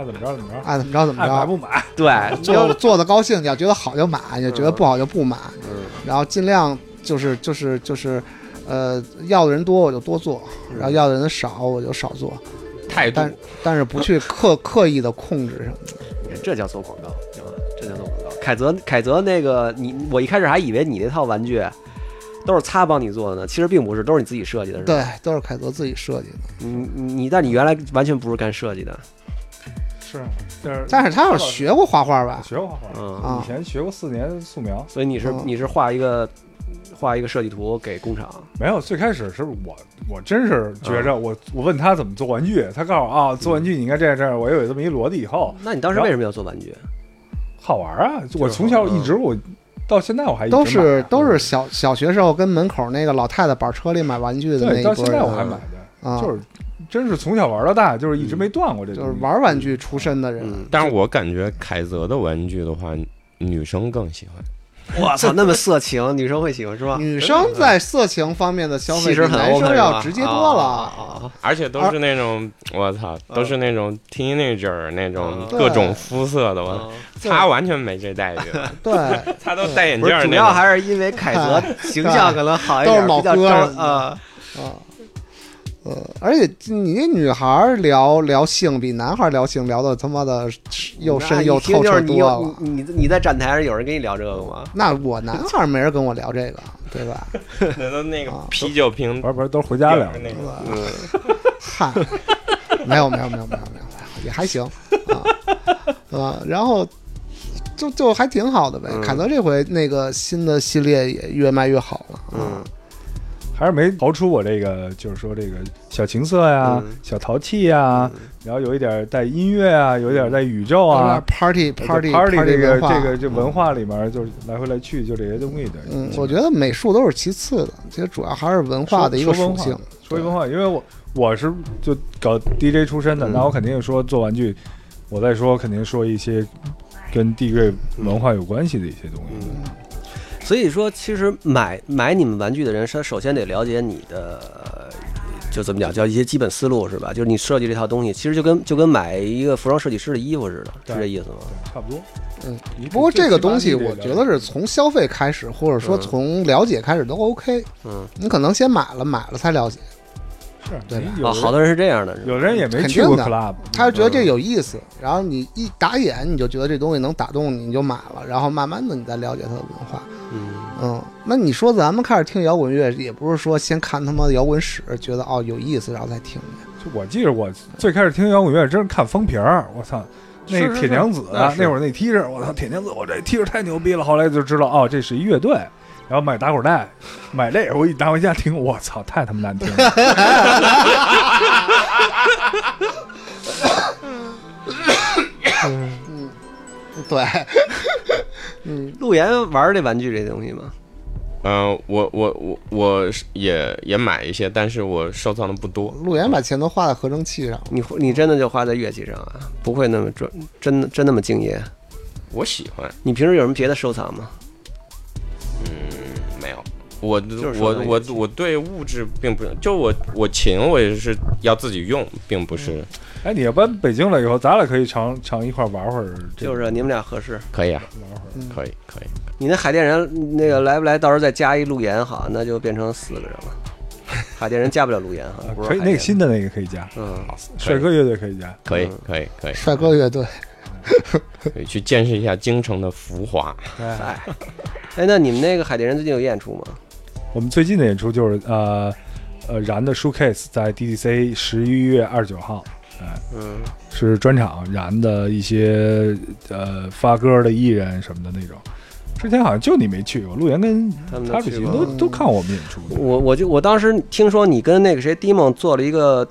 Speaker 4: 啊怎么着怎么着，
Speaker 2: 爱怎么着怎么
Speaker 4: 爱
Speaker 1: 哎
Speaker 4: 买
Speaker 2: 着，
Speaker 4: 不买，
Speaker 1: 对，
Speaker 2: 做做的高兴，你要觉得好就买，你要觉得不好就不买，
Speaker 1: 嗯
Speaker 2: 然后尽量就是就是就是，呃，要的人多我就多做，
Speaker 1: 嗯
Speaker 2: 然后要的人少我就少做，
Speaker 3: 态度
Speaker 2: 但但是不 去刻刻意的控制什么的。
Speaker 1: 你看哎这叫做广告，行吧？这叫做广告。凯泽，凯泽那个你，我一开始还以为你那套玩具都是擦帮你做的呢，其实并不是，都是你自己设计的，是吧？
Speaker 2: 对，都是凯泽自己设计
Speaker 4: 嗯
Speaker 2: 的，
Speaker 1: 对，你你，但你原来完全不是干设计的，
Speaker 4: 是，但是
Speaker 2: 但是他要是
Speaker 4: 是
Speaker 2: 学过画画吧，
Speaker 4: 学过画画，
Speaker 1: 嗯，
Speaker 2: 啊
Speaker 4: 以前学过四年素描，
Speaker 1: 所以你是
Speaker 2: 嗯
Speaker 1: 你是画一个画一个设计图给工厂，
Speaker 4: 没有，最开始是我，我真是
Speaker 1: 嗯
Speaker 4: 觉着我，我问他怎么做玩具，他告诉我啊，做玩具你应该这样这样。我又有这么一逻辑，以后
Speaker 1: 那你当时为什么要做玩具？
Speaker 4: 好玩啊！我从小
Speaker 1: 嗯
Speaker 4: 一直我到现在我还一直
Speaker 2: 都是
Speaker 4: 买啊
Speaker 2: 都是小小学时候跟门口那个老太太板车里买玩具的那
Speaker 4: 对，
Speaker 2: 一
Speaker 4: 到现
Speaker 2: 波
Speaker 4: 在我
Speaker 2: 人，
Speaker 4: 还买的，
Speaker 2: 啊，
Speaker 4: 就是真是从小玩到大，就是一直没断过这
Speaker 2: 就
Speaker 4: 东
Speaker 2: 是
Speaker 4: 西。
Speaker 2: 玩玩具出身的人。
Speaker 1: 嗯，
Speaker 3: 但是我感觉凯泽的玩具的话，女生更喜欢。
Speaker 1: 我操，那么色情，女生会喜欢是吧？
Speaker 4: 嗯
Speaker 2: 女生在色情方面的消
Speaker 1: 其
Speaker 2: 费比
Speaker 1: 实很
Speaker 2: 男
Speaker 1: open
Speaker 2: 生
Speaker 1: 是吧
Speaker 2: 要直接多了，
Speaker 1: 啊啊啊
Speaker 3: 而且都是那种，我操，都是那种 teenager 那种
Speaker 1: 啊
Speaker 3: 各种肤色的，
Speaker 1: 啊
Speaker 3: 我
Speaker 1: 啊
Speaker 3: 他完全没这待遇，
Speaker 4: 啊
Speaker 2: 对，
Speaker 3: 他都戴眼
Speaker 1: 不
Speaker 3: 镜
Speaker 1: 是
Speaker 3: 儿，
Speaker 1: 主
Speaker 3: 那
Speaker 1: 要
Speaker 3: 种
Speaker 1: 还是因为凯 泽形象可能好一
Speaker 2: 都
Speaker 1: 点，
Speaker 2: 是老
Speaker 1: 比较
Speaker 2: 哥
Speaker 1: 招
Speaker 2: 什么的
Speaker 1: 啊，
Speaker 2: 啊，呃，而且你女孩儿聊聊性比男孩儿聊性聊的他妈的又
Speaker 1: 那
Speaker 2: 深
Speaker 1: 一
Speaker 2: 又
Speaker 1: 听
Speaker 2: 透
Speaker 1: 就
Speaker 2: 彻
Speaker 1: 是你嗯
Speaker 2: 多
Speaker 1: 有
Speaker 2: 了。
Speaker 1: 你你你在展台上有人跟你聊这个吗？
Speaker 2: 那我男孩儿没人跟我聊这个，对吧？
Speaker 3: 那都那个
Speaker 2: 啊
Speaker 3: 啤酒瓶
Speaker 4: 玩玩都是回家聊，
Speaker 3: 那
Speaker 2: 对
Speaker 3: 个
Speaker 2: 吧
Speaker 1: 嗯，
Speaker 2: 嗨，没有没有没有没有没有没有，也还行啊啊，然后就就还挺好的呗。
Speaker 1: 嗯
Speaker 2: 凯泽这回那个新的系列也越卖越好了，啊，
Speaker 1: 嗯，
Speaker 4: 还是没逃出我这个，就是说这个小情色呀
Speaker 1: 嗯、
Speaker 4: 小淘气呀，
Speaker 2: 嗯
Speaker 4: 然后有一点带音乐啊，有一点带宇宙
Speaker 2: 都是
Speaker 4: 啊。
Speaker 2: party party
Speaker 4: 在 party 这个
Speaker 2: 文化
Speaker 4: 这个这文化里面，就是来回来去，就这些东西的。
Speaker 2: 嗯，我觉得美术都是其次的，其实主要还是文化的一个
Speaker 4: 说
Speaker 2: 属
Speaker 4: 文化
Speaker 2: 性。
Speaker 4: 说一文化，因为我我是就搞 DJ 出身的，
Speaker 1: 嗯
Speaker 4: 那我肯定说做玩具，我再说肯定说一些跟地位文化有关系的一些东
Speaker 2: 嗯
Speaker 4: 西。
Speaker 1: 所以说，其实买买你们玩具的人，他首先得了解你的，呃就怎么讲，叫一些基本思路是吧？就是你设计这套东西，其实就跟就跟买一个服装设计师的衣服似的，
Speaker 4: 对
Speaker 1: 是这意思吗？
Speaker 4: 对，差不多。
Speaker 2: 嗯
Speaker 4: 你，
Speaker 2: 不过这个东西，
Speaker 4: 最起码
Speaker 2: 我
Speaker 4: 你
Speaker 2: 觉得是从消费开始，或者说
Speaker 1: 嗯
Speaker 2: 从了解开始都 OK。
Speaker 1: 嗯，
Speaker 2: 你可能先买了，买了才了解，
Speaker 4: 是
Speaker 2: 对吧
Speaker 4: 你有
Speaker 1: 啊，
Speaker 4: 人
Speaker 1: 好多人是这样的，是吧
Speaker 4: 有人也没去
Speaker 2: 肯定
Speaker 4: 过
Speaker 2: 的
Speaker 4: club，
Speaker 2: 他就觉得这有意思，然后你一打眼你就觉得这东西能打动你，你就买了，然后慢慢的你再了解它的文化。
Speaker 1: 嗯
Speaker 2: 嗯，那你说咱们开始听摇滚乐，也不是说先看他妈的摇滚史，觉得哦有意思，然后再听的。
Speaker 4: 就我记着我最开始听摇滚乐，真是看风评儿，我操。那
Speaker 1: 是是
Speaker 4: 铁娘子
Speaker 1: 那是
Speaker 4: 那会儿那 T 恤，我操，铁娘子，我这 T 恤太牛逼了。后来就知道，哦，这是一乐队，然后买打口袋，买这个我一拿回家听，我操，太他妈难听了。
Speaker 2: 对，
Speaker 1: 陆岩玩这玩具这东西吗？
Speaker 3: 嗯，我我我我是也也买一些，但是我收藏的不多。
Speaker 2: 陆岩把钱都花在合成器上了，
Speaker 1: 你会你真的就花在乐器上啊？不会那么专真的真那么敬业？
Speaker 3: 我喜欢，
Speaker 1: 你平时有什么别的收藏吗？
Speaker 3: 没有。我
Speaker 1: 是说到
Speaker 3: 我
Speaker 1: 一
Speaker 3: 我
Speaker 1: 起
Speaker 3: 我对物质并不就我我琴我也是要自己用，并不是
Speaker 4: 哎，你要搬北京了以后，咱俩可以常常一块儿玩会儿这
Speaker 1: 就
Speaker 4: 个，
Speaker 1: 是你们俩合适。
Speaker 3: 可以啊，
Speaker 4: 玩会儿。
Speaker 3: 可以可以。
Speaker 1: 你那海淀人那个来不来？到时候再加一陆岩好，那就变成四个人了。海淀人加不了陆岩哈
Speaker 4: 啊，
Speaker 1: 不是
Speaker 4: 可以，
Speaker 1: 海淀
Speaker 4: 那个新的那个可以加，
Speaker 1: 嗯，
Speaker 3: 好
Speaker 4: 帅哥乐队可以加。
Speaker 3: 可以
Speaker 1: 嗯
Speaker 3: 可以可以
Speaker 2: 帅哥乐队，
Speaker 3: 可以去见识一下京城的浮华。
Speaker 4: 哎，
Speaker 1: 哎，哎，那你们那个海淀人最近有演出吗？
Speaker 4: 我们最近的演出就是呃呃燃的 Showcase 在 DDC 十一月二十九号
Speaker 1: 嗯，
Speaker 4: 是专场，燃的一些呃发歌的艺人什么的那种。之前好像就你没去过，陆岩跟
Speaker 1: 他们
Speaker 4: 他
Speaker 1: 都去
Speaker 4: 旅行
Speaker 1: 过。
Speaker 4: 都都看我们演出的。
Speaker 1: 嗯我我就我当时听说你跟那个谁 Dimon 做了一个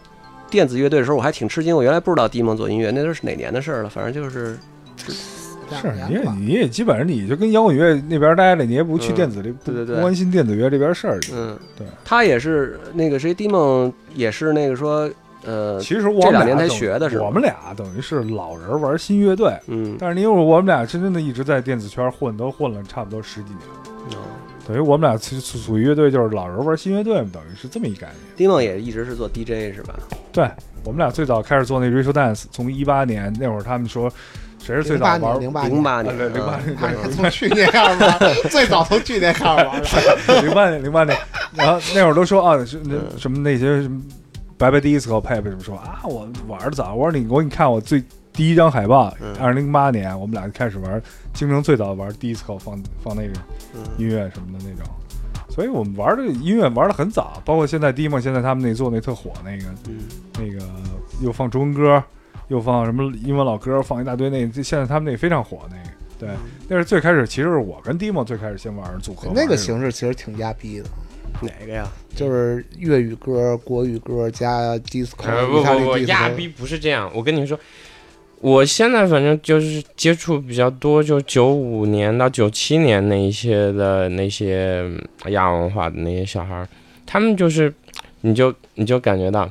Speaker 1: 电子乐队的时候，我还挺吃惊。我原来不知道 Dimon 做音乐，那都是哪年的事儿了？反正就是
Speaker 4: 是，
Speaker 2: 两年
Speaker 4: 你也
Speaker 2: 吧。
Speaker 4: 你也基本上你就跟摇滚乐那边待着，你也不去
Speaker 1: 嗯
Speaker 4: 电子这，不
Speaker 1: 对对对
Speaker 4: 不关心电子乐这边事儿。
Speaker 1: 嗯，
Speaker 4: 对，
Speaker 1: 他也是那个谁 Dimon 也是那个说呃，
Speaker 4: 其实我
Speaker 1: 这
Speaker 4: 们
Speaker 1: 两
Speaker 4: 俩
Speaker 1: 年才
Speaker 4: 等于
Speaker 1: 学的是吗
Speaker 4: 我们俩等于是老人玩新乐队，
Speaker 1: 嗯，
Speaker 4: 但是因为我们俩真正的一直在电子圈混，都混了差不多十几年了。
Speaker 1: 哦
Speaker 4: 等于我们俩其实属属于乐队，就是老人玩新乐队嘛，等于是这么一概念。
Speaker 1: 丁梦也一直是做 DJ 是吧？
Speaker 4: 对我们俩最早开始做那 r a c i a Dance，从一八年那会儿，他们说谁是最
Speaker 2: 零
Speaker 4: 早
Speaker 2: 八
Speaker 4: 玩
Speaker 2: 年，零八
Speaker 1: 零
Speaker 2: 年，
Speaker 1: 八
Speaker 4: 啊
Speaker 1: 年，
Speaker 4: 对零八
Speaker 1: 嗯
Speaker 4: 年
Speaker 2: 哎从去年开始玩，最早从去年开 始玩了。
Speaker 4: 零八年，零八年，然后那会儿都说啊，是那
Speaker 1: 嗯
Speaker 4: 什么那些什么白白 disco 配配什么说啊，我玩的早，我说你我给你看我最第一张海报
Speaker 1: 嗯，
Speaker 4: 二零零八年我们俩就开始玩，京城最早玩 disco 放放那个
Speaker 1: 嗯
Speaker 4: 音乐什么的那种，所以我们玩的音乐玩的很早，包括现在 d i m o 现在他们那做那特火那个
Speaker 1: 嗯
Speaker 4: 那个又放中文歌，又放什么英文老歌，放一大堆那现在他们那非常火那个。对，
Speaker 1: 嗯
Speaker 4: 那是最开始，其实是我跟 d i m o 最开始先玩组合玩
Speaker 2: 那个
Speaker 4: 这种
Speaker 2: 形式其实挺压逼的，
Speaker 1: 哪 个呀？
Speaker 2: 就是粤语歌、国语歌加 disco，
Speaker 3: 呃，不
Speaker 2: 意大
Speaker 3: 不
Speaker 2: 利
Speaker 3: 不，亚
Speaker 2: disco。
Speaker 3: 逼不是这样。我跟你说，我现在反正就是接触比较多，就九五年到九七年那一些的那些嗯亚文化的那些小孩儿，他们就是，你就你就感觉到。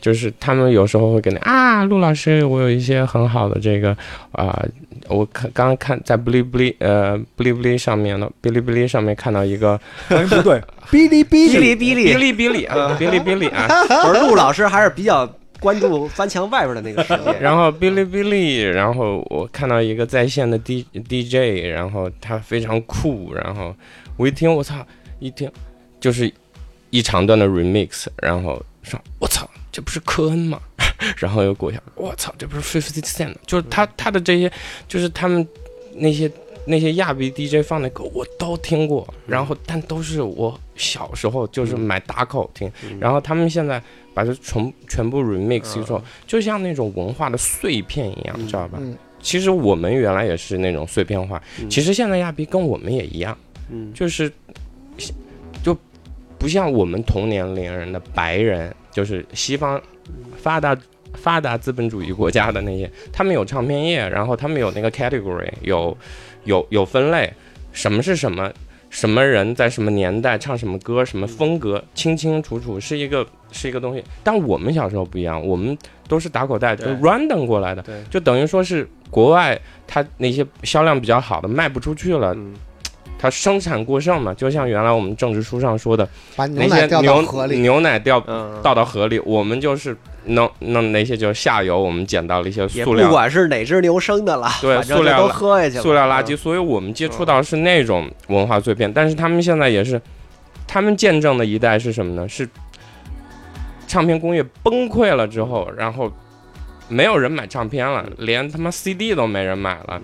Speaker 3: 就是他们有时候会给你啊，陆老师，我有一些很好的这个啊、我看刚刚看在哔哩哔哩呃哔哩哔哩上面的哔哩哔哩上面看到一个
Speaker 4: 发音不对，
Speaker 2: 哔哩哔
Speaker 1: 哔
Speaker 2: 哩，
Speaker 1: 哩哔
Speaker 3: 哔
Speaker 1: 哩，
Speaker 3: 哩哔哩啊哔哩哔哩啊，
Speaker 1: 我说陆老师还是比较关注翻墙外边的那个世界。
Speaker 3: 然后哔哩哔哩，然后我看到一个在线的 D D J，然后他非常酷，然后我一听，我操，一听就是一长段的 remix，然后说，我操，这不是科恩吗？ 然后又过一下，我操，这不是 Fifty Cent？吗就是他他的这些，就是他们那些那些亚裔 DJ 放的歌，我都听过，然后但都是我小时候就是买打口听，
Speaker 1: 嗯
Speaker 3: 然后他们现在把它全全部 remix 一种，就像那种文化的碎片一样，
Speaker 1: 嗯
Speaker 3: 知道吧？
Speaker 2: 嗯
Speaker 3: 其实我们原来也是那种碎片化，
Speaker 1: 嗯
Speaker 3: 其实现在亚逼跟我们也一样，
Speaker 1: 嗯，
Speaker 3: 就是就不像我们同年龄人的白人，就是西方发达。发达资本主义国家的那些，他们有唱片业，然后他们有那个 category，有有有分类，什么是什么，什么人在什么年代唱什么歌，什么风格，清清楚楚是一个是一个东西。但我们小时候不一样，我们都是打口袋，就
Speaker 1: 对
Speaker 3: random 过来的，
Speaker 1: 对，
Speaker 3: 就等于说是国外它那些销量比较好的卖不出去了，
Speaker 1: 嗯
Speaker 3: 它生产过剩嘛，就像原来我们政治书上说的，
Speaker 2: 把
Speaker 3: 那
Speaker 2: 牛奶
Speaker 3: 些
Speaker 2: 掉到
Speaker 3: 牛
Speaker 2: 河里，
Speaker 3: 牛奶掉
Speaker 1: 嗯，
Speaker 3: 倒到河里，我们就是弄弄那些就是下游，我们捡到了一些
Speaker 1: 也
Speaker 3: 塑
Speaker 1: 不
Speaker 3: 料
Speaker 1: 管是哪只牛生的了，
Speaker 3: 对
Speaker 1: 反正
Speaker 3: 塑
Speaker 1: 这
Speaker 3: 料
Speaker 1: 都
Speaker 3: 了
Speaker 1: 喝下去了，嗯
Speaker 3: 塑料垃圾，所以我们接触到是那种文化碎片，但是他们现在也是，他们见证的一代是什么呢？是唱片工业崩溃了之后，然后没有人买唱片了，连他妈 CD 都没人买了。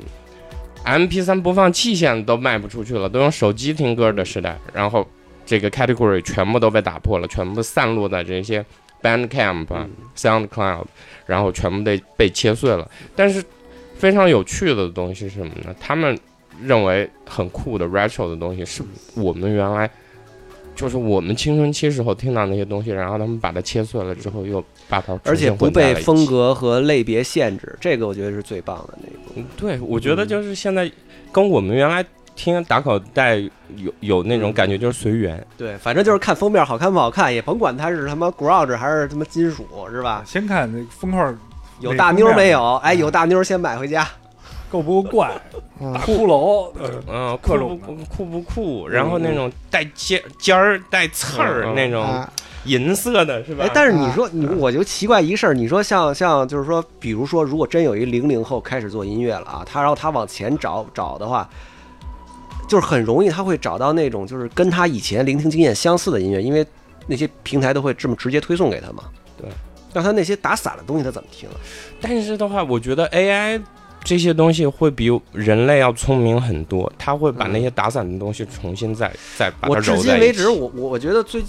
Speaker 3: MP 3播放器现在都卖不出去了，都用手机听歌的时代，然后这个 category 全部都被打破了，全部散落在这些 Bandcamp、啊
Speaker 1: 嗯
Speaker 3: SoundCloud，然后全部被被切碎了。但是非常有趣的东西是什么呢？他们认为很酷的 retro 的东西，是我们原来就是我们青春期时候听到那些东西，然后他们把它切碎了之后，又把它
Speaker 1: 而且
Speaker 3: 重新
Speaker 1: 不
Speaker 3: 混在
Speaker 1: 被
Speaker 3: 了一起
Speaker 1: 风。格和类别限制，这个我觉得是最棒的那一步。
Speaker 3: 嗯对，我觉
Speaker 1: 嗯
Speaker 3: 得就是现在跟我们原来听打口袋有有那
Speaker 1: 嗯
Speaker 3: 种感觉，就是随缘。
Speaker 1: 对，反正就是看封面好看不好看，也甭管它是他妈 grunge 还是他妈金属，是吧？
Speaker 4: 啊先看那风块
Speaker 1: 有大妞没
Speaker 4: 哪
Speaker 1: 有？哎，有大妞先买回家。
Speaker 4: 够不够怪，
Speaker 2: 嗯
Speaker 4: 大骷髅，呃
Speaker 3: 嗯，酷不
Speaker 4: 各种
Speaker 3: 酷酷不酷？然后那种带尖尖儿、带刺儿
Speaker 1: 嗯嗯嗯
Speaker 3: 那种
Speaker 2: 啊，
Speaker 3: 银色的，是吧啊
Speaker 1: 哎，？但是你说你，我就奇怪一事儿，你说像像就是说，比如说，如果真有一零零后开始做音乐了啊，他然后他往前找找的话，就是很容易他会找到那种就是跟他以前聆听经验相似的音乐，因为那些平台都会这么直接推送给他嘛。
Speaker 3: 对，
Speaker 1: 让他那些打散的东西他怎么听啊？
Speaker 3: 但是的话，我觉得 AI 这些东西会比人类要聪明很多，它会把
Speaker 1: 嗯
Speaker 3: 那些打散的东西重新再再把它
Speaker 1: 我至
Speaker 3: 揉
Speaker 1: 今
Speaker 3: 在
Speaker 1: 为
Speaker 3: 一起
Speaker 1: 止，。我我我觉得最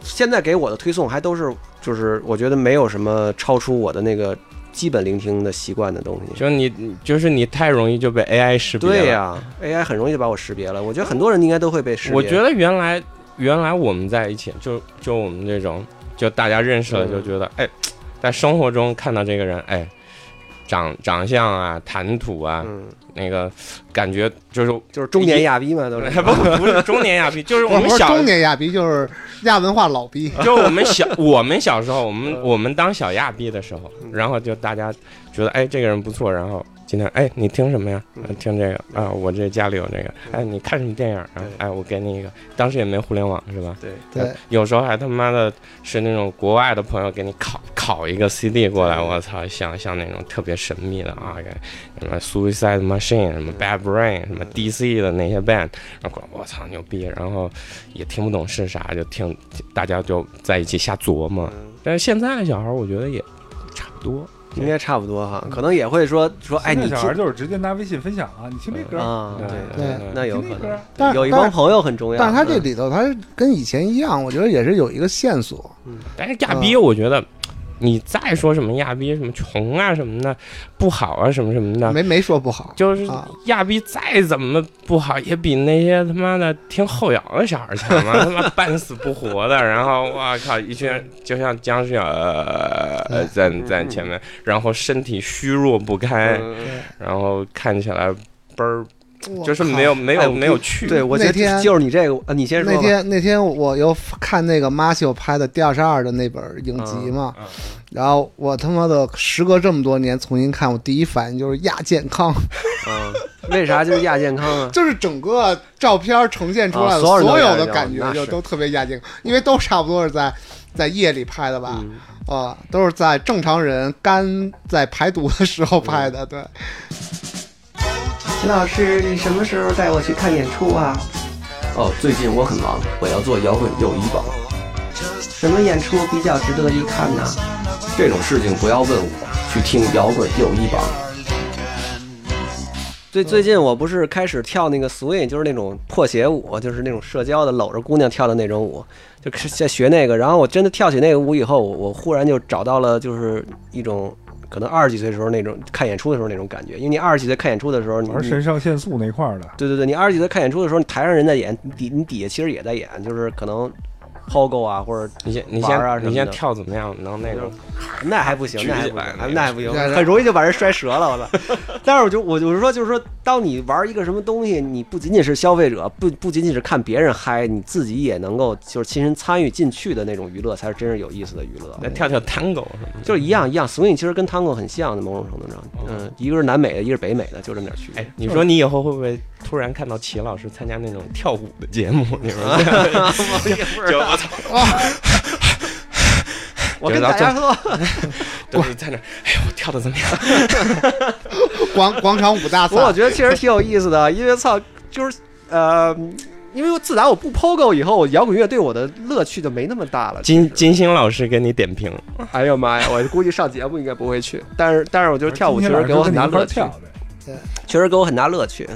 Speaker 1: 现在给我的推送还都是就是我觉得没有什么超出我的那个基本聆听的习惯的东西。
Speaker 3: 就你，就是你太容易就被 AI 识别了。
Speaker 1: 对呀、a i 很容易就把我识别了。我觉得很多人应该都会被识别。
Speaker 3: 我觉得原来原来我们在一起，就就我们这种，就大家认识了，
Speaker 1: 嗯
Speaker 3: 就觉得、哎，在生活中看到这个人，哎，长长相啊，谈吐啊，
Speaker 1: 嗯，
Speaker 3: 那个感觉 就是
Speaker 1: 就是中年亚逼嘛，都是。
Speaker 3: 不不是中年亚逼，就是我
Speaker 2: 我
Speaker 3: 们
Speaker 2: 说
Speaker 3: 小
Speaker 2: 中年亚逼就是亚文化老逼，
Speaker 3: 就我们小我们小时候，我们我们当小亚逼的时候，然后就大家觉得哎这个人不错，然后今天哎，你听什么呀？啊听这个啊，我这家里有这个。哎，你看什么电影啊
Speaker 1: 对？
Speaker 3: 哎，我给你一个。当时也没互联网是吧？
Speaker 1: 对，
Speaker 2: 对，
Speaker 3: 有时候还他妈的是那种国外的朋友给你拷拷一个 CD 过来，我操，像像那种特别神秘的啊，给什么 Suicide Machine、什么 Bad Brain、什么 DC 的那些 band，然后我操牛逼，然后也听不懂是啥，就听大家就在一起瞎琢磨。但是现在的小孩，我觉得也差不多。
Speaker 1: 应该差不多哈，可能也会说说，哎，你
Speaker 4: 现在小孩
Speaker 1: 听
Speaker 4: 就是直接拿微信分享啊，你听这歌儿，
Speaker 1: 啊，
Speaker 3: 对
Speaker 1: 对，
Speaker 2: 对
Speaker 1: 那有可
Speaker 4: 听这歌
Speaker 1: 能
Speaker 4: 儿，
Speaker 2: 但
Speaker 1: 有一帮朋友很重要。
Speaker 2: 但是他这
Speaker 1: 嗯
Speaker 2: 里头，他跟以前一样，我觉得也是有一个线索。
Speaker 3: 但是亚逼，我觉得你再说什么亚逼，什么穷啊什么的，不好啊什么什么的，
Speaker 2: 没没说不好，
Speaker 3: 就是
Speaker 2: 啊
Speaker 3: 亚逼再怎么不好，也比那些他妈的听后摇的小孩强 嘛，他妈半死不活的。然后我靠，一群人就像僵尸一样，呃，
Speaker 1: 嗯
Speaker 3: 在在前面，然后身体虚弱不堪，
Speaker 1: 嗯
Speaker 3: 然后看起来倍儿就是
Speaker 2: 我靠
Speaker 3: 没有没
Speaker 1: 哎
Speaker 3: 有
Speaker 1: 我
Speaker 3: 没有趣。
Speaker 1: 对，我觉
Speaker 2: 那天
Speaker 1: 得就是你这个，啊你先说
Speaker 2: 那
Speaker 1: 吧。
Speaker 2: 天那天我又看那个马秀拍的《第二十二》的那本影集嘛，
Speaker 3: 嗯嗯
Speaker 2: 然后我他妈的时隔这么多年重新看，我第一反应就是亚健康，
Speaker 1: 啊，为啥就是亚健康啊？
Speaker 2: 就是整个照片呈现出来
Speaker 1: 啊
Speaker 2: 的、
Speaker 1: 所有人都
Speaker 2: 所有的
Speaker 1: 亚健康
Speaker 2: 感觉
Speaker 1: 那
Speaker 2: 就是都特别亚健康，因为都差不多是在在夜里拍的吧，
Speaker 1: 嗯
Speaker 2: 啊、都是在正常人肝在排毒的时候拍
Speaker 1: 嗯
Speaker 2: 的，对。
Speaker 1: 秦老师，你什么时候带我去看演出啊？
Speaker 5: 哦，最近我很忙，我要做摇滚又医保，
Speaker 1: 什么演出比较值得一看呢？
Speaker 5: 这种事情不要问我，去听摇滚又医保。
Speaker 1: 最最近我不是开始跳那个 swing，就是那种破鞋舞，就是那种社交的搂着姑娘跳的那种舞，就开始在学那个。然后我真的跳起那个舞以后，我我忽然就找到了就是一种可能二十几岁时候那种看演出的时候那种感觉，因为你二十几岁看演出的时候，你
Speaker 4: 玩
Speaker 1: 你
Speaker 4: 肾上腺素那块儿的，
Speaker 1: 对对对，你二十几岁看演出的时候，你台上人在演，你底你底下其实也在演，就是可能 pogo 啊或者
Speaker 3: 你先你
Speaker 1: 玩啊
Speaker 3: 先
Speaker 1: 什么
Speaker 3: 你先
Speaker 1: 的嗯
Speaker 3: 跳怎么样？能那种
Speaker 1: 那还不行，那还不
Speaker 3: 举起来那
Speaker 1: 行，
Speaker 3: 个
Speaker 1: 那还不行
Speaker 2: 对，对
Speaker 1: 很容易就把人摔折了。我操！ 但是我就我就是说，就是说，当你玩一个什么东西，你不仅仅是消费者，不不仅仅是看别人嗨，你自己也能够就是亲身参与进去的那种娱乐，才是真是有意思的娱乐。
Speaker 3: 再呃跳跳 tango 什么的？
Speaker 1: 就是一样一样，swing 其实跟 tango 很像的，某种程度上，嗯，一个是南美的，一个是北美的，就这么点区别
Speaker 3: 哦哎。，你说你以后会不会突然看到齐老师参加那种跳舞的节目？你说就我操，
Speaker 1: 我跟大家说，
Speaker 3: 就是在那，哎呦，我跳的怎么样？
Speaker 2: 广广场舞大
Speaker 1: 不过我
Speaker 2: 赛，
Speaker 1: 觉得确实挺有意思的，因为操，就是呃，因为自打我不 pogo 以后，我摇滚乐对我的乐趣就没那么大了。
Speaker 3: 金金星老师给你点评，
Speaker 1: 哎呦妈呀！我估计上节目应该不会去，但是但是我觉得跳舞确实给我很大
Speaker 4: 今天晚
Speaker 1: 乐
Speaker 4: 上
Speaker 1: 趣
Speaker 4: 跟你一块，儿跳的，
Speaker 1: 确实给我很大乐趣。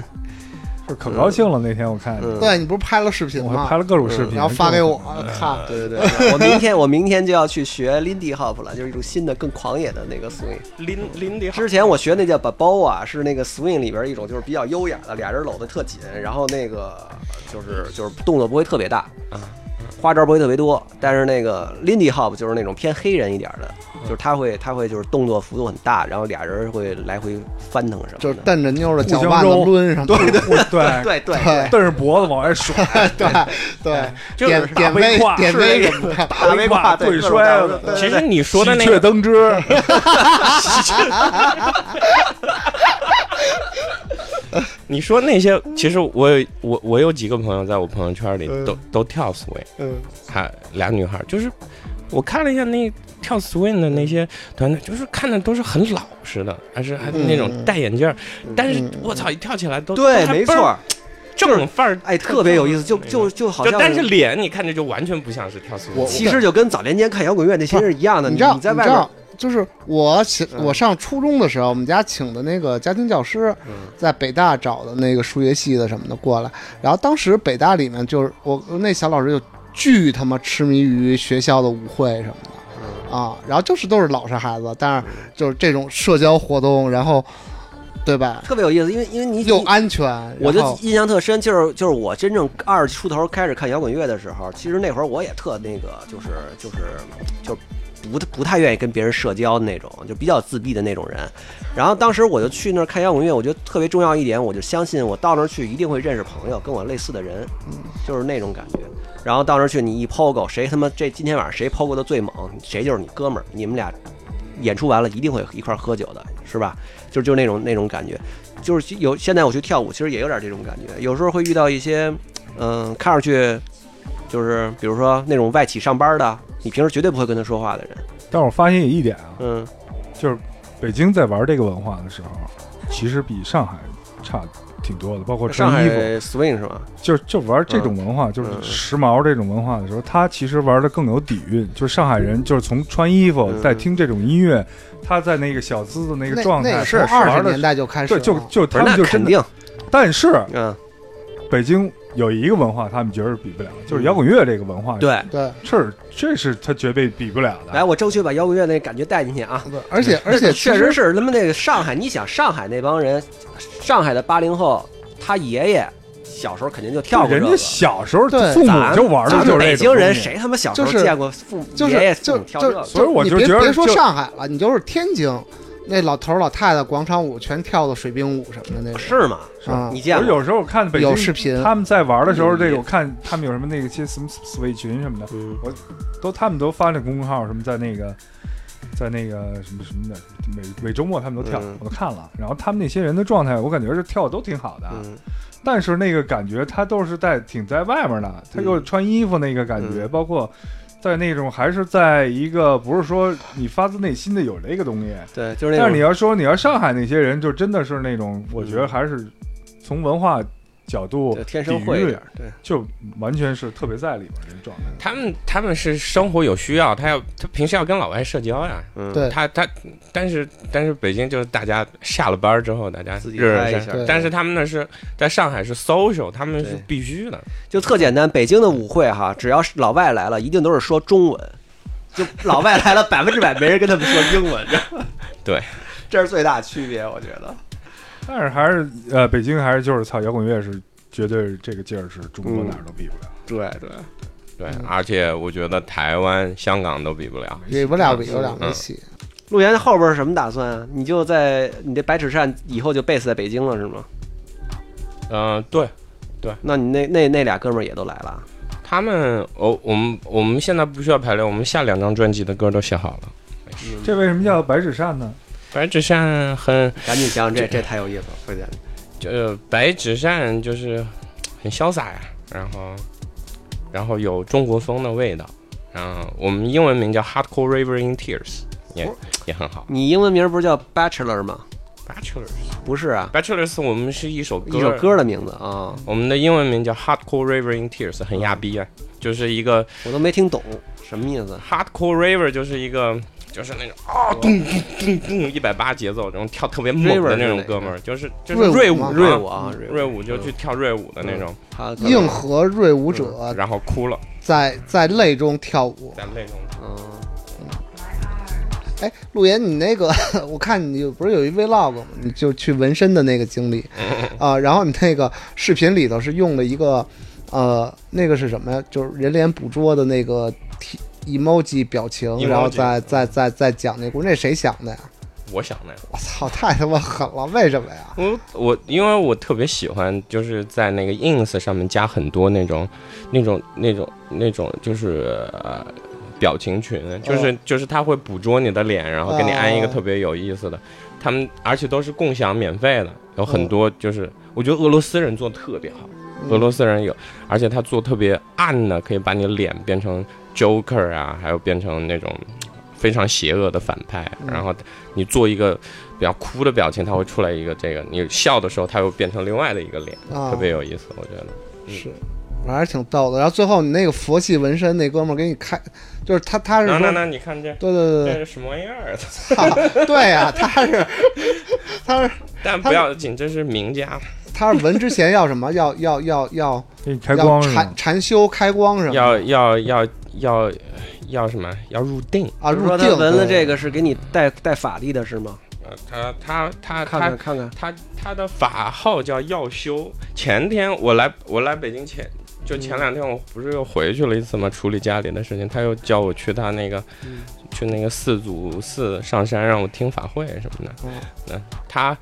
Speaker 4: 就可高兴了。那天我看你，
Speaker 1: 嗯，
Speaker 2: 对你不是拍了视频
Speaker 4: 我还
Speaker 2: 吗
Speaker 4: 拍？了各种视频，
Speaker 2: 然后发给我啊看，
Speaker 1: 对对对，我明天我明天就要去学 Lindy Hop 了，就是一种新的更狂野的那个 swing。
Speaker 3: 林林迪
Speaker 1: 之前我学那叫 b a b o 啊，是那个 swing 里边一种就是比较优雅的，俩人搂得特紧，然后那个就是就是动作不会特别大，花招不会特别多。但是那个 Lindy Hop 就是那种偏黑人一点的，就是他会他会就是动作幅度很大，然后俩人会来回翻腾什
Speaker 2: 就
Speaker 1: 么
Speaker 2: 是
Speaker 1: 的。
Speaker 2: 蹬着妞的脚腕子抡上，对
Speaker 4: 对对
Speaker 1: 对对
Speaker 2: 对
Speaker 4: 瞪着脖子往外甩，
Speaker 2: 对对，
Speaker 1: 就
Speaker 2: 点
Speaker 1: 是
Speaker 2: 点
Speaker 4: 大
Speaker 2: 位
Speaker 4: 背胯
Speaker 2: 点
Speaker 4: 是
Speaker 2: 位什么的，
Speaker 1: 大
Speaker 4: 背
Speaker 1: 背
Speaker 4: 胯
Speaker 1: 胯
Speaker 4: 对
Speaker 1: 对
Speaker 4: 摔
Speaker 1: 各种
Speaker 4: 了
Speaker 1: 大
Speaker 3: 其实你说的
Speaker 4: 喜
Speaker 3: 那
Speaker 4: 鹊
Speaker 3: 个，
Speaker 4: 灯之，
Speaker 3: 你说那些，其实我有我我有几个朋友在我朋友圈里都都跳 swing，
Speaker 2: 嗯，
Speaker 3: 还俩女孩，就是我看了一下那跳 swing 的那些团队，就是看的都是很老实的，还是还是那种戴眼镜儿，但是我操，一跳起来都
Speaker 1: 对，没错，儿，
Speaker 3: 正范儿，
Speaker 1: 哎，特别有意思，就就就好
Speaker 3: 就
Speaker 1: 像，
Speaker 3: 但是脸你看着就完全不像是跳 swing，
Speaker 2: 我
Speaker 1: 其实就跟早年间看摇滚乐那些人一样的，
Speaker 2: 你
Speaker 1: 你
Speaker 2: 知道
Speaker 1: 在
Speaker 2: 你
Speaker 1: 外
Speaker 2: 知
Speaker 1: 边
Speaker 2: 道，就是我请我上初中的时候，我们家请的那个家庭教师，在北大找的那个数学系的什么的过来，然后当时北大里面就是我那小老师就巨他妈痴迷于学校的舞会什么的。啊，然后就是都是老实孩子，但是就是这种社交活动，然后，对吧？
Speaker 1: 特别有意思，因为因为你
Speaker 2: 又
Speaker 1: 你
Speaker 2: 安全，
Speaker 1: 我
Speaker 2: 然
Speaker 1: 就
Speaker 2: 后
Speaker 1: 印象特深，就是就是我真正二十出头开始看摇滚乐的时候，其实那会儿我也特那个，就是就是就不不太愿意跟别人社交的那种，就比较自闭的那种人。然后当时我就去那儿看摇滚乐，我觉得特别重要一点，我就相信我到那儿去一定会认识朋友，跟我类似的人，
Speaker 2: 嗯
Speaker 1: 就是那种感觉。然后到那儿去，你一 POGO，谁他妈这今天晚上谁 POGO 的最猛，谁就是你哥们儿，你们俩演出完了一定会一块儿喝酒的，是吧？就就那种那种感觉，就是有现在我去跳舞，其实也有点这种感觉，有时候会遇到一些，嗯、看上去就是比如说那种外企上班的，你平时绝对不会跟他说话的人，
Speaker 4: 但我发现有一点啊，
Speaker 1: 嗯，
Speaker 4: 就是北京在玩这个文化的时候，其实比上海差挺多的，包括
Speaker 1: 上海
Speaker 4: 穿衣服，
Speaker 1: swing 是吧？
Speaker 4: 就就玩这种文化，就是
Speaker 1: 嗯
Speaker 4: 时髦这种文化的时候，他其实玩的更有底蕴。就是上海人，就是从穿衣服
Speaker 1: 嗯
Speaker 4: 再听这种音乐，他在那个小资的那个状
Speaker 2: 那那
Speaker 4: 态
Speaker 2: 也是
Speaker 4: 从
Speaker 2: 二十
Speaker 4: 玩
Speaker 2: 年
Speaker 4: 的。
Speaker 2: 代就开始
Speaker 4: 对，
Speaker 2: 了，
Speaker 4: 就就
Speaker 1: 不
Speaker 4: 他
Speaker 1: 是，
Speaker 4: 们
Speaker 1: 那
Speaker 4: 就真
Speaker 1: 肯
Speaker 4: 的，
Speaker 1: 定，
Speaker 4: 但是
Speaker 1: 嗯，
Speaker 4: 北京有一个文化，他们绝对比不了，就是摇滚乐这个文化。，
Speaker 1: 对。
Speaker 2: 对，
Speaker 4: 这这是他绝对比不了的。
Speaker 1: 来，我争取把摇滚乐那感觉带进去啊！
Speaker 2: 不而且而且
Speaker 1: 那
Speaker 2: 其
Speaker 1: 确实是他们那个上海，你想上海那帮人，上海的八零后，他爷爷小时候肯定就跳过这
Speaker 4: 人
Speaker 1: 个。
Speaker 4: 家小时候
Speaker 2: 对
Speaker 4: 父母
Speaker 1: 咱
Speaker 4: 就玩的
Speaker 1: 咱
Speaker 4: 就是这种
Speaker 1: 北京人，
Speaker 4: 东西
Speaker 1: 谁他妈小时候
Speaker 2: 就是
Speaker 1: 见过父母
Speaker 2: 就是
Speaker 1: 爷爷父
Speaker 2: 就
Speaker 1: 母跳这
Speaker 2: 就
Speaker 1: 个？
Speaker 4: 所以我
Speaker 2: 你
Speaker 4: 就
Speaker 2: 别
Speaker 4: 觉得
Speaker 2: 别说
Speaker 4: 就
Speaker 2: 上海了，你就是天津那老头儿老太太广场舞全跳的水兵舞什么的那种
Speaker 1: 是吗？
Speaker 2: 啊
Speaker 1: 你，见
Speaker 4: 我
Speaker 1: 过？
Speaker 4: 有时候看北京
Speaker 2: 有视频
Speaker 4: 他们在玩的时候，
Speaker 1: 嗯
Speaker 4: 这个我看他们有什么那个些什么 sway 群什么的，
Speaker 1: 嗯
Speaker 4: 都他们都发那公众号什么在那个。在那个什么什么的，每每周末他们都跳，
Speaker 1: 嗯
Speaker 4: 我都看了。然后他们那些人的状态，我感觉是跳的都挺好的，啊
Speaker 1: 嗯，
Speaker 4: 但是那个感觉他都是在挺在外面的，他又穿衣服那个感觉，
Speaker 1: 嗯
Speaker 4: 包括在那种还是在一个不是说你发自内心的有这个东西，
Speaker 1: 对，就是那
Speaker 4: 但是你
Speaker 1: 种。
Speaker 4: 要说你要上海那些人，就真的是那种，我觉得还是从文化角度
Speaker 1: 对，天生会一点，对，
Speaker 4: 就完全是特别在里边儿这状态。
Speaker 3: 他们他们是生活有需要，他要他平时要跟老外社交呀。
Speaker 1: 嗯，
Speaker 2: 对
Speaker 3: 他他，但是但是北京就是大家下了班儿之后，大家
Speaker 1: 自己
Speaker 3: 热热
Speaker 1: 嗨一
Speaker 3: 身
Speaker 1: 下
Speaker 2: 对
Speaker 3: 但是他们那是在上海是 social，他们是
Speaker 1: 对
Speaker 3: 必须的。
Speaker 1: 就特简单。北京的舞会哈，只要是老外来了，一定都是说中文，就老外来了，百分之百没人跟他们说英文。
Speaker 3: 对，
Speaker 1: 这是最大区别，我觉得。
Speaker 4: 但是还是呃，北京还是就是操摇滚乐是绝对这个劲儿是中
Speaker 1: 嗯
Speaker 4: 国哪儿都比不了。
Speaker 1: 对对，
Speaker 3: 对，
Speaker 1: 嗯
Speaker 3: 而且我觉得台湾、香港都比不了。
Speaker 2: 比不了比不了
Speaker 3: 嗯
Speaker 2: 没戏。
Speaker 1: 陆岩后边是什么打算啊？你就在你这百尺扇以后就 base 在北京了是吗？
Speaker 3: 嗯、对
Speaker 1: 那你那那那俩哥们儿也都来了啊，
Speaker 3: 他们，我我们我们现在不需要排练，我们下两张专辑的歌都写好了。
Speaker 4: 这为什么叫白纸扇呢？
Speaker 3: 白纸扇很，
Speaker 1: 赶紧想想这这太有意思了，回见。
Speaker 3: 呃，白纸扇就是很潇洒呀，然后然后有中国风的味道。然后我们英文名叫 Hardcore River in Tears，也
Speaker 1: 哦
Speaker 3: 也很好。
Speaker 1: 你英文名不是叫 Bachelor 吗？
Speaker 3: Bachelor。
Speaker 1: 不是啊，
Speaker 3: Bachelors，我们是一首歌，
Speaker 1: 一首歌的名字啊，
Speaker 3: 我们的英文名叫 Hardcore River in Tears，很亚逼啊，
Speaker 1: 嗯
Speaker 3: 就是一个
Speaker 1: 我都没听懂什么意思。
Speaker 3: Hardcore River，就是一个就是那种啊咚咚咚咚一百八节奏，然后跳特别猛
Speaker 1: River 是
Speaker 3: 的那种
Speaker 1: 哪个
Speaker 3: 哥们儿，就是就是
Speaker 2: 瑞
Speaker 3: 瑞
Speaker 2: 舞吗
Speaker 3: 舞
Speaker 1: 瑞
Speaker 3: 瑞
Speaker 1: 舞啊，
Speaker 3: 嗯瑞舞就去跳瑞舞的那种，
Speaker 1: 他
Speaker 2: 硬核锐舞
Speaker 1: 嗯
Speaker 2: 者
Speaker 3: 然后哭了，在
Speaker 2: 在在泪中跳舞。
Speaker 3: 那种
Speaker 1: 嗯，
Speaker 2: 哎，陆岩，你那个 我看你有不是有一 vlog 吗？你就去纹身的那个经历
Speaker 3: 嗯
Speaker 2: 啊、然后你那个视频里头是用了一个呃，那个是什么呀？就是人脸捕捉的那个 T emoji 表情，
Speaker 3: Emoji 嗯
Speaker 2: 然后再再再再讲那故事，那谁想的呀？
Speaker 3: 我想的。
Speaker 2: 我操，太他妈狠了！为什么呀？
Speaker 3: 我我因为我特别喜欢，就是在那个 ins 上面加很多那种、那种、那种、那种，就是呃表情群，就是、就是他会捕捉你的脸，然后给你安一个
Speaker 2: 哦
Speaker 3: 特别有意思的。他们而且都是共享免费的，有很多就是、我觉得俄罗斯人做的特别好，俄罗斯人有，而且他做特别暗的，可以把你脸变成 Joker 啊，还有变成那种非常邪恶的反派，
Speaker 2: 嗯
Speaker 3: 然后你做一个比较哭的表情，它会出来一个这个；你笑的时候，它又变成另外的一个脸，
Speaker 2: 啊，
Speaker 3: 特别有意思，我觉得。
Speaker 2: 是，反正挺逗的。然后最后你那个佛系纹身那哥们儿给你开，就是他他是
Speaker 3: 那
Speaker 2: 说，
Speaker 3: 那那，你看这
Speaker 2: 对对
Speaker 3: 这
Speaker 2: 对
Speaker 3: 是什么玩意儿？
Speaker 2: 对，操，对呀、他是他是
Speaker 3: 但不要紧，这是名家，
Speaker 2: 他是纹之前要什么？要要要要
Speaker 4: 给你开
Speaker 2: 要
Speaker 4: 光是吗
Speaker 2: 禅？禅修开光什么？
Speaker 3: 要要要要要什么？要入定。
Speaker 2: 啊
Speaker 1: 就是
Speaker 2: 入
Speaker 1: 说他
Speaker 2: 定。
Speaker 1: 纹了这
Speaker 2: 个
Speaker 1: 个是给你带带法力的是吗？
Speaker 3: 呃，他他他
Speaker 1: 看
Speaker 3: 他
Speaker 1: 看看看，
Speaker 3: 他他的法号叫耀修。前天我来我来北京前，就前两天我不是又回去了一次嘛，处理家里的事情，他又叫我去他那个、
Speaker 1: 嗯
Speaker 3: 去那个四祖寺上山，让我听法会什么的。
Speaker 2: 哦
Speaker 3: 嗯那他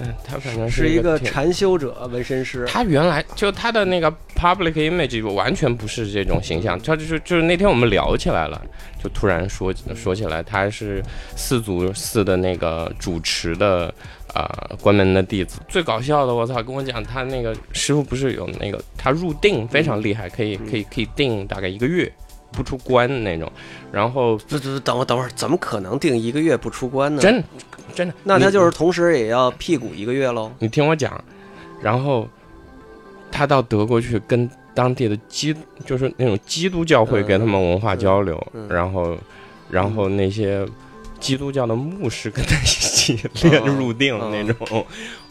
Speaker 3: 嗯，他反正
Speaker 1: 哦是
Speaker 3: 一
Speaker 1: 一个
Speaker 3: 挺
Speaker 1: 禅修者、纹身师。
Speaker 3: 他原来就他的那个 public image 完全不是这种形象，他就是就是那天我们聊起来了，就突然说说起来，他是四足寺的那个主持的啊、呃关门的弟子。最搞笑的，我操，跟我讲他那个师傅不是有那个他入定非常厉害，可
Speaker 1: 嗯
Speaker 3: 以可以可以定大概一个月不出关的那种，然后
Speaker 1: 不不，不等会儿等会儿，怎么可能定一个月不出关呢？
Speaker 3: 真真的，
Speaker 1: 那
Speaker 3: 你
Speaker 1: 他就是同时也要屁股一个月喽。
Speaker 3: 你听我讲，然后他到德国去跟当地的基，就是那种基督教会
Speaker 1: 嗯
Speaker 3: 跟他们文化交流，
Speaker 1: 嗯嗯
Speaker 3: 然后，然后那些基督教的牧师跟他一起练入定
Speaker 1: 嗯
Speaker 3: 那 种，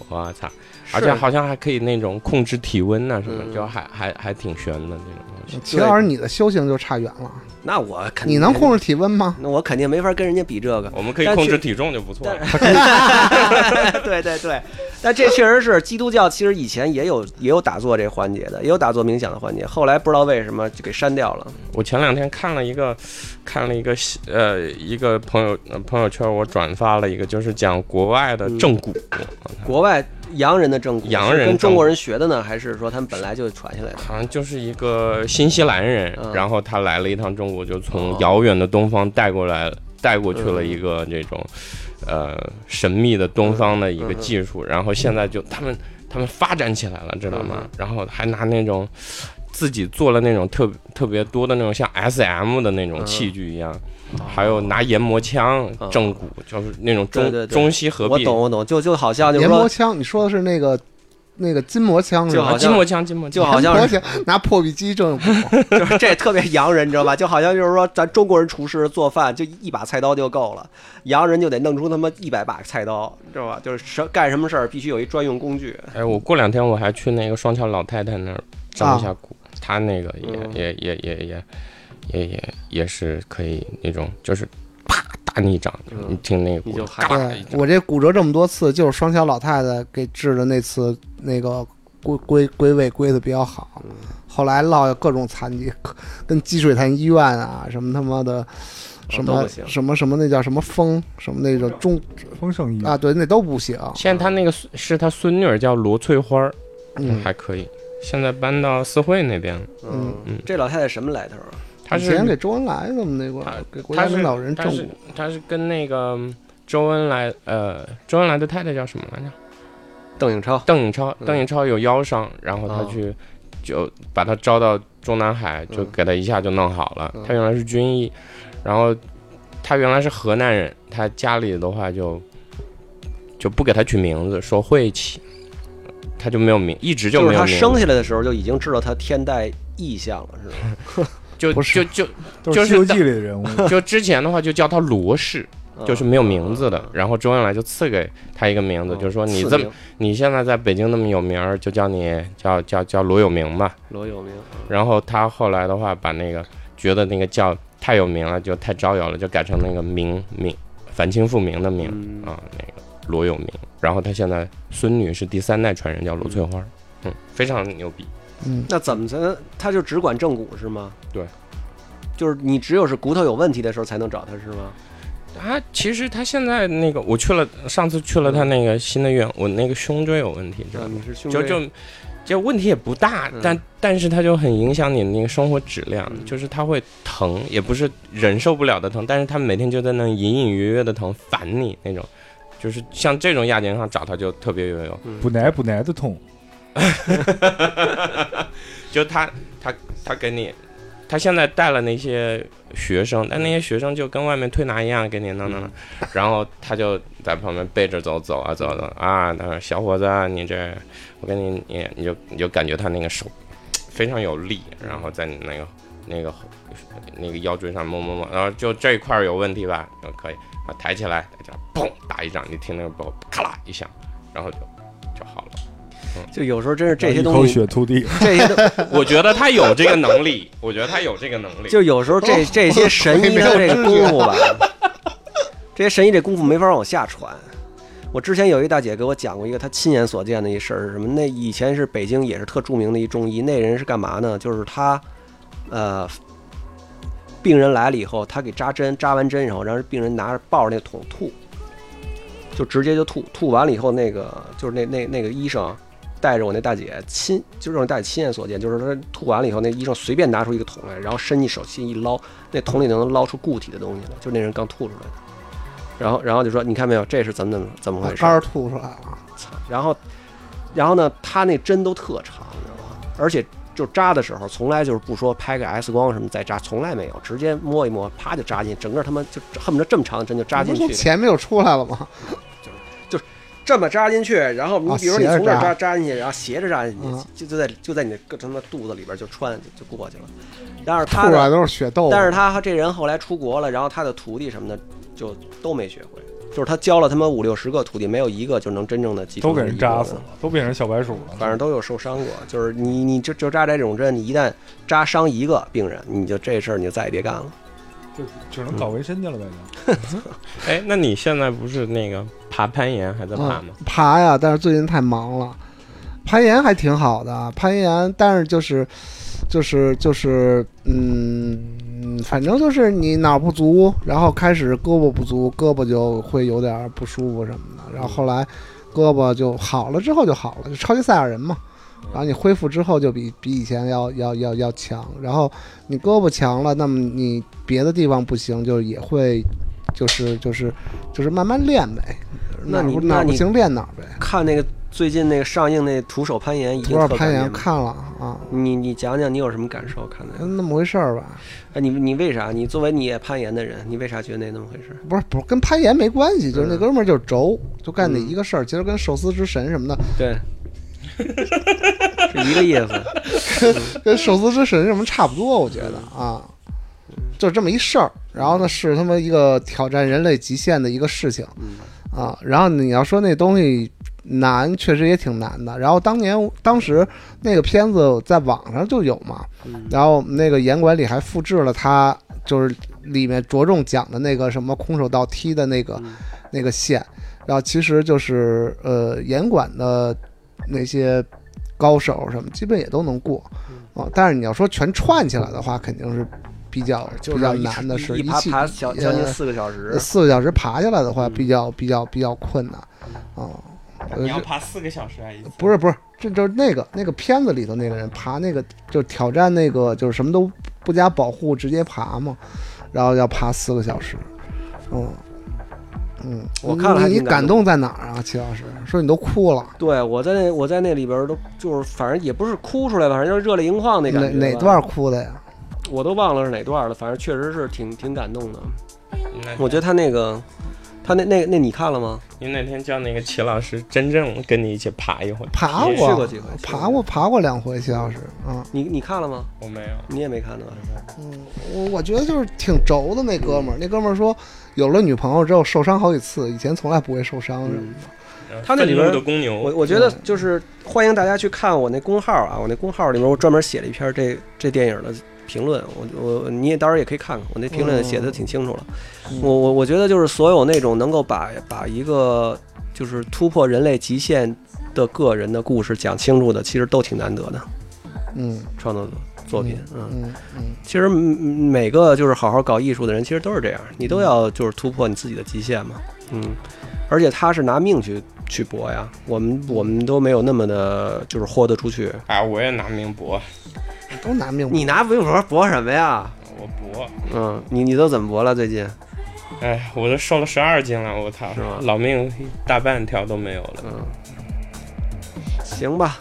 Speaker 3: 我操！
Speaker 1: 是
Speaker 3: 而且好像还可以那种控制体温啊呐、什么，
Speaker 1: 嗯
Speaker 3: 就还还还挺悬的那种东西。
Speaker 2: 秦老师，你的修行就差远了。
Speaker 1: 那我肯
Speaker 2: 你能控制体温吗？
Speaker 1: 那我肯定没法跟人家比这个。
Speaker 3: 我们可以
Speaker 1: 但
Speaker 3: 控
Speaker 1: 是
Speaker 3: 制体重就不错了。
Speaker 1: 对对对，但这确实是基督教，其实以前也有也有打坐这环节的，也有打坐冥想的环节，后来不知道为什么就给删掉了。
Speaker 3: 我前两天看了一个，看了一个呃一个朋友呃朋友圈，我转发了一个，就是讲国外
Speaker 1: 嗯
Speaker 3: 的正骨。
Speaker 1: 国外洋人的正骨，
Speaker 3: 洋人
Speaker 1: 是
Speaker 3: 正
Speaker 1: 跟
Speaker 3: 骨
Speaker 1: 中国人学的呢，还是说他们本来就传下来的？
Speaker 3: 好像就是一个新西兰人，
Speaker 1: 嗯
Speaker 3: 然后他来了一趟中国，就从
Speaker 1: 哦嗯
Speaker 3: 遥远的东方带过来，带过去了一个这种，呃，神秘的东方的一个技术，然后现在就他们他们发展起来了，知道吗？
Speaker 1: 嗯
Speaker 3: 然后还拿那种自己做了那种特特别多的那种像 S M 的那种
Speaker 1: 嗯
Speaker 3: 器具一样，还有拿研磨枪
Speaker 1: 嗯
Speaker 3: 正骨，就是那种中
Speaker 1: 对对对
Speaker 3: 中西合
Speaker 1: 我
Speaker 3: 璧。
Speaker 1: 懂我懂，就就好像就是
Speaker 2: 研磨
Speaker 1: 说，
Speaker 2: 枪，你说的是那个那个筋膜枪是
Speaker 1: 就
Speaker 2: 吧
Speaker 1: 好？
Speaker 3: 啊，筋膜枪，筋膜
Speaker 1: 就
Speaker 3: 枪，
Speaker 1: 好像
Speaker 2: 研磨
Speaker 1: 是
Speaker 2: 枪拿破壁机正
Speaker 1: 就是 这特别洋人，你知道吧？就好像就是说，咱中国人厨师做饭就一把菜刀就够了，洋人就得弄出他妈一百把菜刀，你知道吧？就是什干什么事儿必须有一专用工具。
Speaker 3: 哎，我过两天我还去那个双桥老太太那儿
Speaker 2: 啊
Speaker 3: 照一下骨，她那个也、
Speaker 1: 嗯
Speaker 3: 也也也也也也也是可以那种，就是啪大逆掌，
Speaker 1: 嗯
Speaker 3: 你听那个
Speaker 1: 你
Speaker 3: 骨
Speaker 1: 就
Speaker 3: 嘎啦一
Speaker 2: 对，
Speaker 3: 掌
Speaker 2: 我这骨折这么多次，就是双桥老太太给治的那次那个归归归位归的比较好，后来落下各种残疾，可跟积水潭医院啊什么他妈的。什
Speaker 1: 哦都
Speaker 2: 么
Speaker 1: 不行
Speaker 2: 什么什么那叫什么风什么那种中
Speaker 4: 丰盛
Speaker 1: 嗯
Speaker 4: 一
Speaker 2: 啊对那都不行，
Speaker 3: 现在她那个孙是她孙女儿叫罗翠花儿，
Speaker 2: 嗯，
Speaker 3: 还可以。现在搬到四惠那边了，
Speaker 1: 嗯
Speaker 3: 嗯，
Speaker 1: 这老太太什么来头啊？
Speaker 3: 她
Speaker 2: 以前给
Speaker 3: 是
Speaker 2: 周恩来怎么那块儿
Speaker 3: 她
Speaker 2: 给国
Speaker 3: 她
Speaker 2: 家
Speaker 3: 是
Speaker 2: 领导人
Speaker 3: 她
Speaker 2: 正
Speaker 3: 是
Speaker 2: 骨
Speaker 3: 她是跟那个周恩来呃周恩来的太太叫什么来着？
Speaker 1: 邓颖超。
Speaker 3: 邓颖超，
Speaker 1: 嗯
Speaker 3: 邓颖超有腰伤，然后他
Speaker 1: 哦
Speaker 3: 去就把他招到中南海，就
Speaker 1: 嗯
Speaker 3: 给他一下就弄好了
Speaker 1: 嗯。
Speaker 3: 他原来是军医，然后他原来是河南人，他家里的话就就不给他取名字，说晦气，他就没有名，一直就
Speaker 1: 就是
Speaker 3: 没有
Speaker 1: 她
Speaker 3: 名字。
Speaker 1: 生下来的时候就已经知道她天带异象了，是吗？
Speaker 3: 就
Speaker 2: 不
Speaker 3: 就是就
Speaker 4: 都
Speaker 3: 就是
Speaker 4: 《西游记
Speaker 3: 当》
Speaker 4: 里的人物，
Speaker 3: 就之前的话就叫他罗氏，
Speaker 1: 嗯
Speaker 3: 就是没有名字的
Speaker 1: 嗯。
Speaker 3: 然后周恩来就赐给他一个名字，
Speaker 1: 嗯
Speaker 3: 就说你
Speaker 1: 赐
Speaker 3: 这
Speaker 1: 名
Speaker 3: 么你现在在北京那么有名儿，就叫你叫叫叫罗有名吧。
Speaker 1: 罗有名，
Speaker 3: 然后他后来的话，把那个觉得那个叫太有名了，就太招摇了，就改成那个明明反清复明的明
Speaker 1: 嗯
Speaker 3: 啊，那个罗有明。然后他现在孙女是第三代传人，叫罗翠花，嗯，非常牛逼。
Speaker 2: 嗯
Speaker 1: 那怎么才能？她就只管正骨是吗？
Speaker 3: 对，
Speaker 1: 就是你只有是骨头有问题的时候才能找她是吗？
Speaker 3: 他其实他现在那个，我去了上次去了他那个新的院，我那个胸椎有问题，知道
Speaker 1: 啊，
Speaker 3: 吗？
Speaker 1: 你是胸
Speaker 3: 就
Speaker 1: 椎
Speaker 3: 就就问题也不大
Speaker 1: 嗯，
Speaker 3: 但但是它就很影响你那个生活质量，
Speaker 1: 嗯
Speaker 3: 就是它会疼，也不是忍受不了的疼，但是它每天就在那隐隐约约的疼，烦你那种。就是像这种亚健康找他就特别有用，
Speaker 4: 补奶补奶的痛，
Speaker 3: 就他他他给你，他现在带了那些学生，但那些学生就跟外面推拿一样给你弄弄弄， 然后他就在旁边背着走走啊走啊走啊，他说小伙子啊你这，我跟你你你就你就感觉他那个手非常有力，然后在你那个那个那个腰椎上摸摸摸，然后就这一块儿有问题吧，就可以啊抬起来，这样砰打一掌，你听那个爆咔啦一响，然后就就好了。
Speaker 1: 就有时候真是 这些
Speaker 4: 一口
Speaker 1: 东西，
Speaker 4: 血吐地，
Speaker 1: 这些东
Speaker 3: 我觉得他有这个能 力，我觉得他有这个能力。
Speaker 1: 就有时候这这些神医的这个功夫吧， 这些神医这功夫没法往下传。我之前有一大姐给我讲过一个她亲眼所见的一事儿是什么？那以前是北京也是特著名的一中医，那人是干嘛呢？就是他，呃，病人来了以后，他给扎针，扎完针以后，然后病人拿着抱着那个桶吐，就直接就吐吐完了以后，那个就是那那那个医生带着我那大姐亲，就是我大姐亲眼所见，就是她吐完了以后，那医生随便拿出一个桶来，然后伸进手心一捞，那桶里能捞出固体的东西来，就是那人刚吐出来的。然后，然后就说：“你看没有，这是怎么怎么怎么
Speaker 2: 把
Speaker 1: 回事？
Speaker 2: 杆儿吐出来了，
Speaker 1: 操！然后，然后呢，他那针都特长，你知道吗？而且就扎的时候，从来就是不说拍个 X 光什么再扎，从来没有，直接摸一摸，啪就扎进，整个他妈就恨不得这么长的针就扎进
Speaker 2: 不是从
Speaker 1: 去，
Speaker 2: 前面就出来了吗？
Speaker 1: 这么扎进去，然后你
Speaker 2: 啊
Speaker 1: 比如说你从这
Speaker 2: 斜
Speaker 1: 儿扎
Speaker 2: 着扎
Speaker 1: 扎进去，然后斜着扎进去
Speaker 2: 嗯，
Speaker 1: 就就在就在你的个他妈肚子里边就穿就就过去了。但是
Speaker 2: 吐
Speaker 1: 他
Speaker 2: 出
Speaker 1: 的，
Speaker 2: 来都是血豆腐。
Speaker 1: 但是他这人后来出国了，然后他的徒弟什么的就都没学会。就是他教了他妈五六十个徒弟，没有一个就能真正的记住。
Speaker 4: 都给人扎死了，都变成小白鼠了。
Speaker 1: 反正都有受伤过。就是你你就就扎这种针，你一旦扎伤一个病人，你就这事儿你就再也别干了。
Speaker 4: 就只能搞纹身去了呗。
Speaker 1: 嗯
Speaker 4: 就
Speaker 3: 哎，那你现在不是那个爬攀岩还在爬吗？
Speaker 2: 爬呀，但是最近太忙了。攀岩还挺好的，攀岩，但是就是，就是就是，嗯，反正就是你哪儿不足，然后开始胳膊不足，胳膊就会有点不舒服什么的，然后后来胳膊就好了之后就好了，就超级赛亚人嘛。然后你恢复之后就比比以前要要要要强，然后你胳膊强了，那么你别的地方不行，就也会，就是就是就是慢慢练呗。
Speaker 1: 那你
Speaker 2: 哪儿不
Speaker 1: 那
Speaker 2: 哪儿不
Speaker 1: 你
Speaker 2: 行练哪儿呗。
Speaker 1: 看那个最近那个上映那《徒手攀岩》，已经
Speaker 2: 多少
Speaker 1: 特
Speaker 2: 攀
Speaker 1: 感
Speaker 2: 岩
Speaker 1: 人了
Speaker 2: 看了啊，
Speaker 1: 你你讲讲你有什么感受？看那个，
Speaker 2: 嗯那么回事儿吧？
Speaker 1: 哎，你你为啥？你作为你也攀岩的人，你为啥觉得那那么回事？
Speaker 2: 不是不是跟攀岩没关系，就是那
Speaker 1: 嗯
Speaker 2: 哥们儿就是轴，就干那
Speaker 1: 嗯
Speaker 2: 一个事儿，其实跟寿司之神什么的，
Speaker 1: 对， 是一个意 思。
Speaker 2: 跟寿司之神什么差不多，我觉得
Speaker 1: 嗯
Speaker 2: 啊，就这么一事儿。然后呢，是他妈一个挑战人类极限的一个事情
Speaker 1: 嗯
Speaker 2: 啊。然后你要说那东西难，确实也挺难的。然后当年当时那个片子在网上就有嘛，
Speaker 1: 嗯
Speaker 2: 然后那个严管理还复制了他就是里面着重讲的那个什么空手道踢的那个、
Speaker 1: 嗯
Speaker 2: 那个线，然后其实就是呃严管的那些高手什么，基本也都能过
Speaker 1: 嗯
Speaker 2: 啊。但是你要说全串起来的话，肯定是比较
Speaker 1: 就
Speaker 2: 比
Speaker 1: 是
Speaker 2: 较
Speaker 1: 一
Speaker 2: 难的事，
Speaker 1: 一爬
Speaker 2: 气
Speaker 1: 爬小将近
Speaker 2: 呃
Speaker 1: 四个小时
Speaker 2: 呃，四个小时爬下来的话，
Speaker 1: 嗯
Speaker 2: 比较比较比较困难啊。呃
Speaker 6: 你要爬四个小时啊！一次
Speaker 2: 不是不是，这就是那个那个片子里头那个人爬那个，就挑战那个，就是什么都不加保护直接爬嘛，然后要爬四个小时，嗯嗯，
Speaker 1: 我看了还
Speaker 2: 你你
Speaker 1: 挺感
Speaker 2: 感动在哪儿啊？齐老师说你都哭了，
Speaker 1: 对我在那我在那里边儿都就是反正也不是哭出来吧，反正就是热泪盈眶那感
Speaker 2: 哪
Speaker 1: 觉。
Speaker 2: 哪段？哭的呀？
Speaker 1: 我都忘了是哪段了，反正确实是挺挺感动的。
Speaker 3: 你那
Speaker 1: 我觉得他那个，他那那那你看了吗？
Speaker 3: 你那天叫那个齐老师真正跟你一起爬一回，
Speaker 2: 爬
Speaker 3: 你
Speaker 1: 去
Speaker 2: 过，
Speaker 1: 过几回去过
Speaker 2: 爬过爬过两回，齐老师啊，
Speaker 1: 你你看了吗？
Speaker 3: 我没有。
Speaker 1: 你也没看对吧？
Speaker 2: 嗯，我我觉得就是挺轴的那哥们儿，那哥们儿说有了女朋友之后受伤好几次，以前从来不会受伤什
Speaker 1: 嗯
Speaker 2: 么的。
Speaker 1: 他那里边
Speaker 3: 愤怒的公牛，
Speaker 1: 我我觉得就是欢迎大家去看我那公号啊，我那公号里面我专门写了一篇这这电影的评论，我我你也到时候也可以看看，我那评论写的挺清楚了。
Speaker 2: 嗯
Speaker 1: 我我我觉得就是所有那种能够把把一个就是突破人类极限的个人的故事讲清楚的，其实都挺难得的
Speaker 2: 嗯
Speaker 1: 创作作品，嗯
Speaker 2: 嗯嗯。
Speaker 1: 其实嗯嗯每个就是好好搞艺术的人，其实都是这样，你都要就是突破你自己的极限嘛，嗯，而且他是拿命去去搏呀，我们我们都没有那么的，就是豁得出去。
Speaker 3: 啊，我也拿命搏，
Speaker 2: 都拿命
Speaker 1: 你拿微博搏什么呀？
Speaker 3: 我搏，
Speaker 1: 嗯，你你都怎么搏了？最近，
Speaker 3: 哎，我都瘦了十二斤了，我操
Speaker 1: 是吗，
Speaker 3: 老命大半条都没有了。
Speaker 1: 嗯，行吧，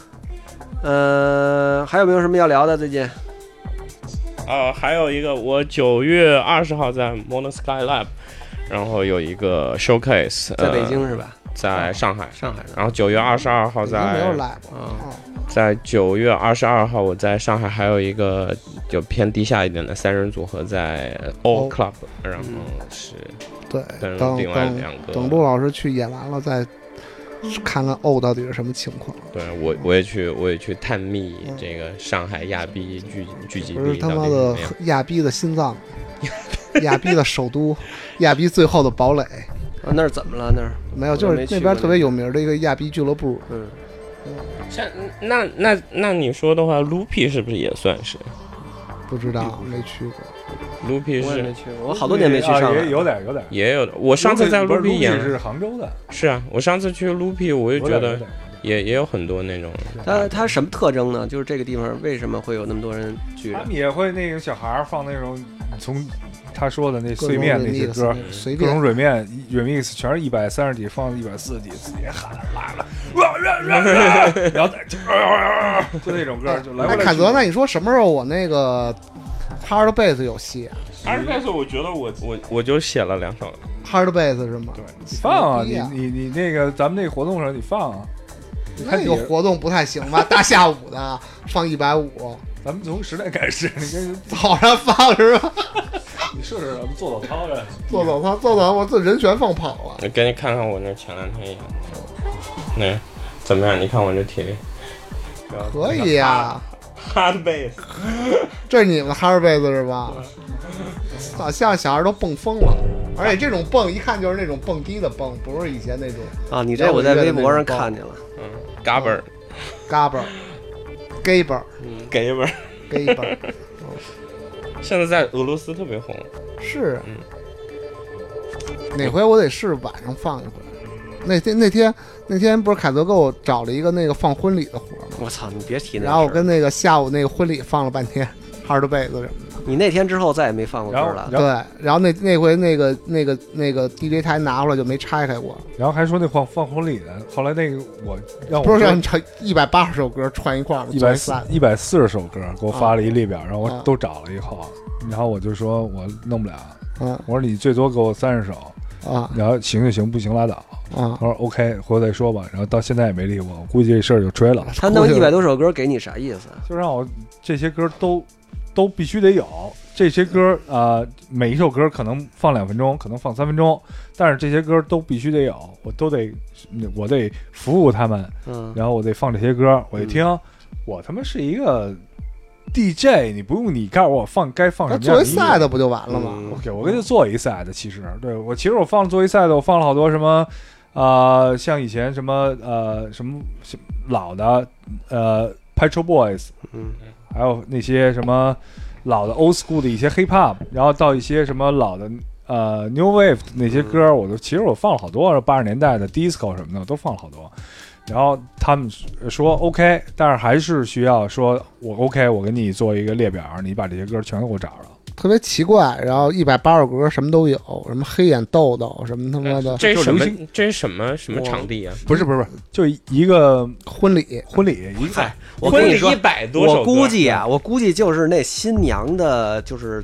Speaker 1: 呃，还有没有什么要聊的？最近，
Speaker 3: 啊，还有一个，我九月二十号在 Modern Sky Lab，然后有一个 showcase，
Speaker 1: 在北
Speaker 3: 呃，
Speaker 1: 京是吧？
Speaker 3: 在上海，
Speaker 1: 上海是吧？
Speaker 3: 然后九月二十二号
Speaker 2: 北京没有
Speaker 3: 在
Speaker 2: 来过，
Speaker 1: 嗯
Speaker 2: 哦
Speaker 3: 在九月二十二号我在上海还有一个就偏地下一点的三人组合在 All
Speaker 2: 哦
Speaker 3: Club，然后是
Speaker 2: 对，
Speaker 3: 跟
Speaker 2: 等
Speaker 3: 另外
Speaker 2: 等
Speaker 3: 两个
Speaker 2: 等陆老师去演完了再看看 O 到底是什么情况。
Speaker 3: 对我，我也去，我也去探秘
Speaker 2: 嗯
Speaker 3: 这个上海亚庇聚聚集
Speaker 2: 不是
Speaker 3: 地
Speaker 2: 他
Speaker 3: 到
Speaker 2: 妈
Speaker 3: 底怎
Speaker 2: 的
Speaker 3: 么样？
Speaker 2: 亚逼的心脏，亚逼的首都，亚逼最后的堡垒，
Speaker 1: 啊那儿怎么了？那儿，
Speaker 2: 没有，
Speaker 1: 我都
Speaker 2: 就是
Speaker 1: 没去
Speaker 2: 那
Speaker 1: 过
Speaker 2: 边
Speaker 1: 那
Speaker 2: 特别有名的一个亚逼俱乐部。
Speaker 1: 嗯，
Speaker 3: 像那那那你说的话，Loopy 是不是也算是？
Speaker 2: 不知道，没去过。
Speaker 3: Loopy
Speaker 1: 我也没
Speaker 3: 是
Speaker 1: 去过，我好多年没去上
Speaker 4: 啊也
Speaker 1: 海。
Speaker 4: 有点有点。
Speaker 3: 也有的，我上次在
Speaker 4: Loopy- 不是
Speaker 3: Loopy 演
Speaker 4: Loopy 是杭州的，
Speaker 3: 是啊，我上次去 Loopy 我
Speaker 4: 我
Speaker 3: 就觉得也也有很多那种
Speaker 1: 它它什么特征呢？就是这个地方为什么会有那么多人聚
Speaker 4: 他？们也会那个小孩儿放那种从他说的那
Speaker 2: 各
Speaker 4: 碎
Speaker 2: 种
Speaker 4: 面那些
Speaker 2: remix，
Speaker 4: 歌，
Speaker 2: 随
Speaker 4: 各
Speaker 2: 便
Speaker 4: 种 remix remix 全是一百三十几放一百四十几，自己喊拉 了，哇呀呀呀，然后再就就那种歌就来
Speaker 2: 哎，
Speaker 4: 回来去。
Speaker 2: 凯泽，那你说什么时候我那个 hard bass 有戏啊
Speaker 3: ，Hard Bass 我觉得我我我就写了两首，
Speaker 2: ？hard bass 是吗？
Speaker 4: 对，你放
Speaker 2: 牛
Speaker 4: 啊，
Speaker 2: 逼
Speaker 4: 你
Speaker 2: 啊
Speaker 4: 你你那个咱们那活动上你放啊，看
Speaker 2: 那个活动不太行吧？大下午的放一百五，
Speaker 4: 咱们从时代开始，你跟
Speaker 2: 早上放是吧？
Speaker 4: 你试试，咱们做做操着。
Speaker 2: 做早操，做早我这人全放跑了。
Speaker 3: 我给你看看我那前两天演的，那怎么样？你看我这体力
Speaker 2: 可以呀、
Speaker 3: ，Hard Bass。
Speaker 2: 这是你们的 hard bass 是吧？好像小孩都蹦疯了，而且这种蹦一看就是那种蹦迪的蹦，不是以前那种
Speaker 1: 啊，你这我在微博上看见了。
Speaker 3: 嗯，Gabber
Speaker 2: 嘎嘣、gay 嘣、
Speaker 3: Gabber，
Speaker 2: gay 嘣，
Speaker 3: 现在在俄罗斯特别红。
Speaker 2: 是啊
Speaker 3: 嗯。
Speaker 2: 哪回我得试晚上放一回。那天那天那天不是凯泽给我找了一个那个放婚礼的活儿吗？
Speaker 1: 我操，你别提那事儿。
Speaker 2: 然后我跟那个下午那个婚礼放了半天 hard bass 什么的。
Speaker 1: 你那天之后再也没放过歌
Speaker 4: 然后
Speaker 1: 了。
Speaker 4: 然后
Speaker 2: 对，然后那那回那个那个那个 DJ 台拿回来就没拆开过，
Speaker 4: 然后还说那放放婚礼的，后来那个我让我
Speaker 2: 不是让你唱一百八十首歌串一块儿吗？
Speaker 4: 哦一百四
Speaker 2: 散。
Speaker 4: 一百四十首歌，给我发了一列表，然后我
Speaker 2: 啊
Speaker 4: 都找了以后，然后我就说我弄不了，
Speaker 2: 嗯
Speaker 4: 我说你最多给我三十首，
Speaker 2: 啊
Speaker 4: 然后行就行，不行拉倒。
Speaker 2: 啊
Speaker 4: 他，说 OK，回头再说吧。然后到现在也没理我，我估计这事儿就吹了，
Speaker 1: 他弄一百多首歌给你啥意思？
Speaker 4: 就让我这些歌都都必须得有。这些歌啊、呃每一首歌可能放两分钟，可能放三分钟，但是这些歌都必须得有，我都得我得服务他们，
Speaker 1: 嗯，
Speaker 4: 然后我得放这些歌，我一听，
Speaker 2: 嗯
Speaker 4: 我他妈是一个 DJ，你不用你告诉我放该放什
Speaker 2: 那
Speaker 4: 么样
Speaker 2: 作
Speaker 4: 的
Speaker 2: 为
Speaker 4: 音乐。
Speaker 2: 赛的不就完了吗？
Speaker 1: 嗯
Speaker 4: 给我跟他做一赛的，其实对我其实我放了做一赛的，我放了好多什么，呃，像以前什么呃什么什么老的呃 p e t r o Boys，
Speaker 1: 嗯，
Speaker 4: 还有那些什么老的 old school 的一些 hip hop，然后到一些什么老的呃 new wave 那些歌，我都其实我放了好多，八十年代的 disco 什么的我都放了好多。然后他们说 OK，但是还是需要说我 OK，我给你做一个列表，你把这些歌全给我找着。
Speaker 2: 特别奇怪，然后一百八十歌什么都有，什么黑眼豆豆，什
Speaker 1: 嗯
Speaker 2: 么他妈的
Speaker 3: 这是什
Speaker 4: 就
Speaker 3: 么
Speaker 4: 流？
Speaker 3: 这是什么什么场地啊？
Speaker 4: 不是不是不是，就一个
Speaker 2: 婚礼，
Speaker 4: 婚礼，一个
Speaker 1: 嗨，哎我跟你说
Speaker 3: 一，百多首歌，
Speaker 1: 我估计啊，我估计就是那新娘的，就是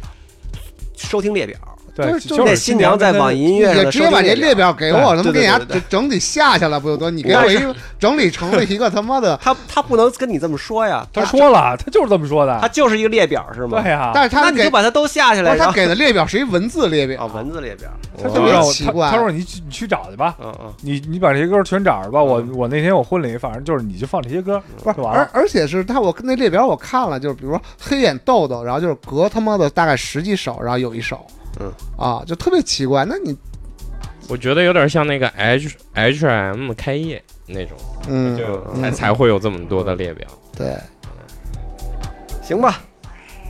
Speaker 1: 收听列表。
Speaker 4: 对，
Speaker 2: 就是
Speaker 4: 就
Speaker 1: 那
Speaker 4: 是
Speaker 1: 新娘在网
Speaker 4: 易
Speaker 1: 易音乐上
Speaker 2: 也
Speaker 1: 的
Speaker 2: 直
Speaker 1: 收
Speaker 2: 接
Speaker 1: 听
Speaker 2: 把这列
Speaker 1: 列
Speaker 2: 表给我，他妈
Speaker 1: 对对
Speaker 2: 给你
Speaker 1: 对
Speaker 2: 家
Speaker 1: 对对
Speaker 2: 整体下下来不就得？你给我一整理成了一个他妈的，
Speaker 1: 他他不能跟你这么说呀，
Speaker 4: 他说了，他就是这么说
Speaker 1: 他
Speaker 4: 的，
Speaker 1: 就是一个列表是吗
Speaker 4: 对？呀，
Speaker 2: 但是
Speaker 1: 那
Speaker 2: 啊他
Speaker 1: 你
Speaker 2: 给
Speaker 1: 就把它都下下
Speaker 2: 不
Speaker 1: 来，然
Speaker 2: 是他
Speaker 1: 后
Speaker 2: 给的列表是一文字列
Speaker 1: 啊
Speaker 2: 表，
Speaker 1: 文字列表，
Speaker 4: 他
Speaker 2: 特
Speaker 4: 就
Speaker 2: 别
Speaker 4: 让我
Speaker 2: 奇
Speaker 4: 他
Speaker 2: 怪
Speaker 4: 他说你去你去找去吧，
Speaker 1: 嗯嗯，
Speaker 4: 你你把这些歌全找着吧，我
Speaker 1: 嗯
Speaker 4: 我那天我婚礼，反正就是你就放这些歌，
Speaker 2: 不是，
Speaker 4: 就完了
Speaker 2: 而而且是他我跟那列表我看了，就是比如说黑眼豆豆，然后就是隔他妈的大概十几首，然后有一首，
Speaker 1: 嗯
Speaker 2: 啊，就特别奇怪。那你
Speaker 3: 我觉得有点像那个 H H M 开业那种，
Speaker 2: 嗯，
Speaker 3: 就
Speaker 2: 嗯
Speaker 3: 才才会有这么多的列表。
Speaker 2: 对，
Speaker 1: 行吧。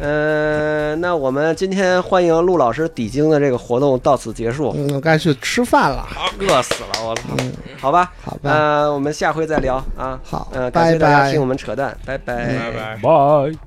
Speaker 1: 呃，那我们今天欢迎陆老师抵京的这个活动到此结束，
Speaker 2: 嗯，该去吃饭了，
Speaker 1: 饿死了我操！好吧，
Speaker 2: 嗯好吧，
Speaker 1: 呃，我们下回再聊啊。
Speaker 2: 好
Speaker 1: 呃，，感
Speaker 2: 拜
Speaker 1: 谢大家
Speaker 2: 拜
Speaker 1: 听我。们扯淡，拜拜
Speaker 3: 拜。
Speaker 4: 拜。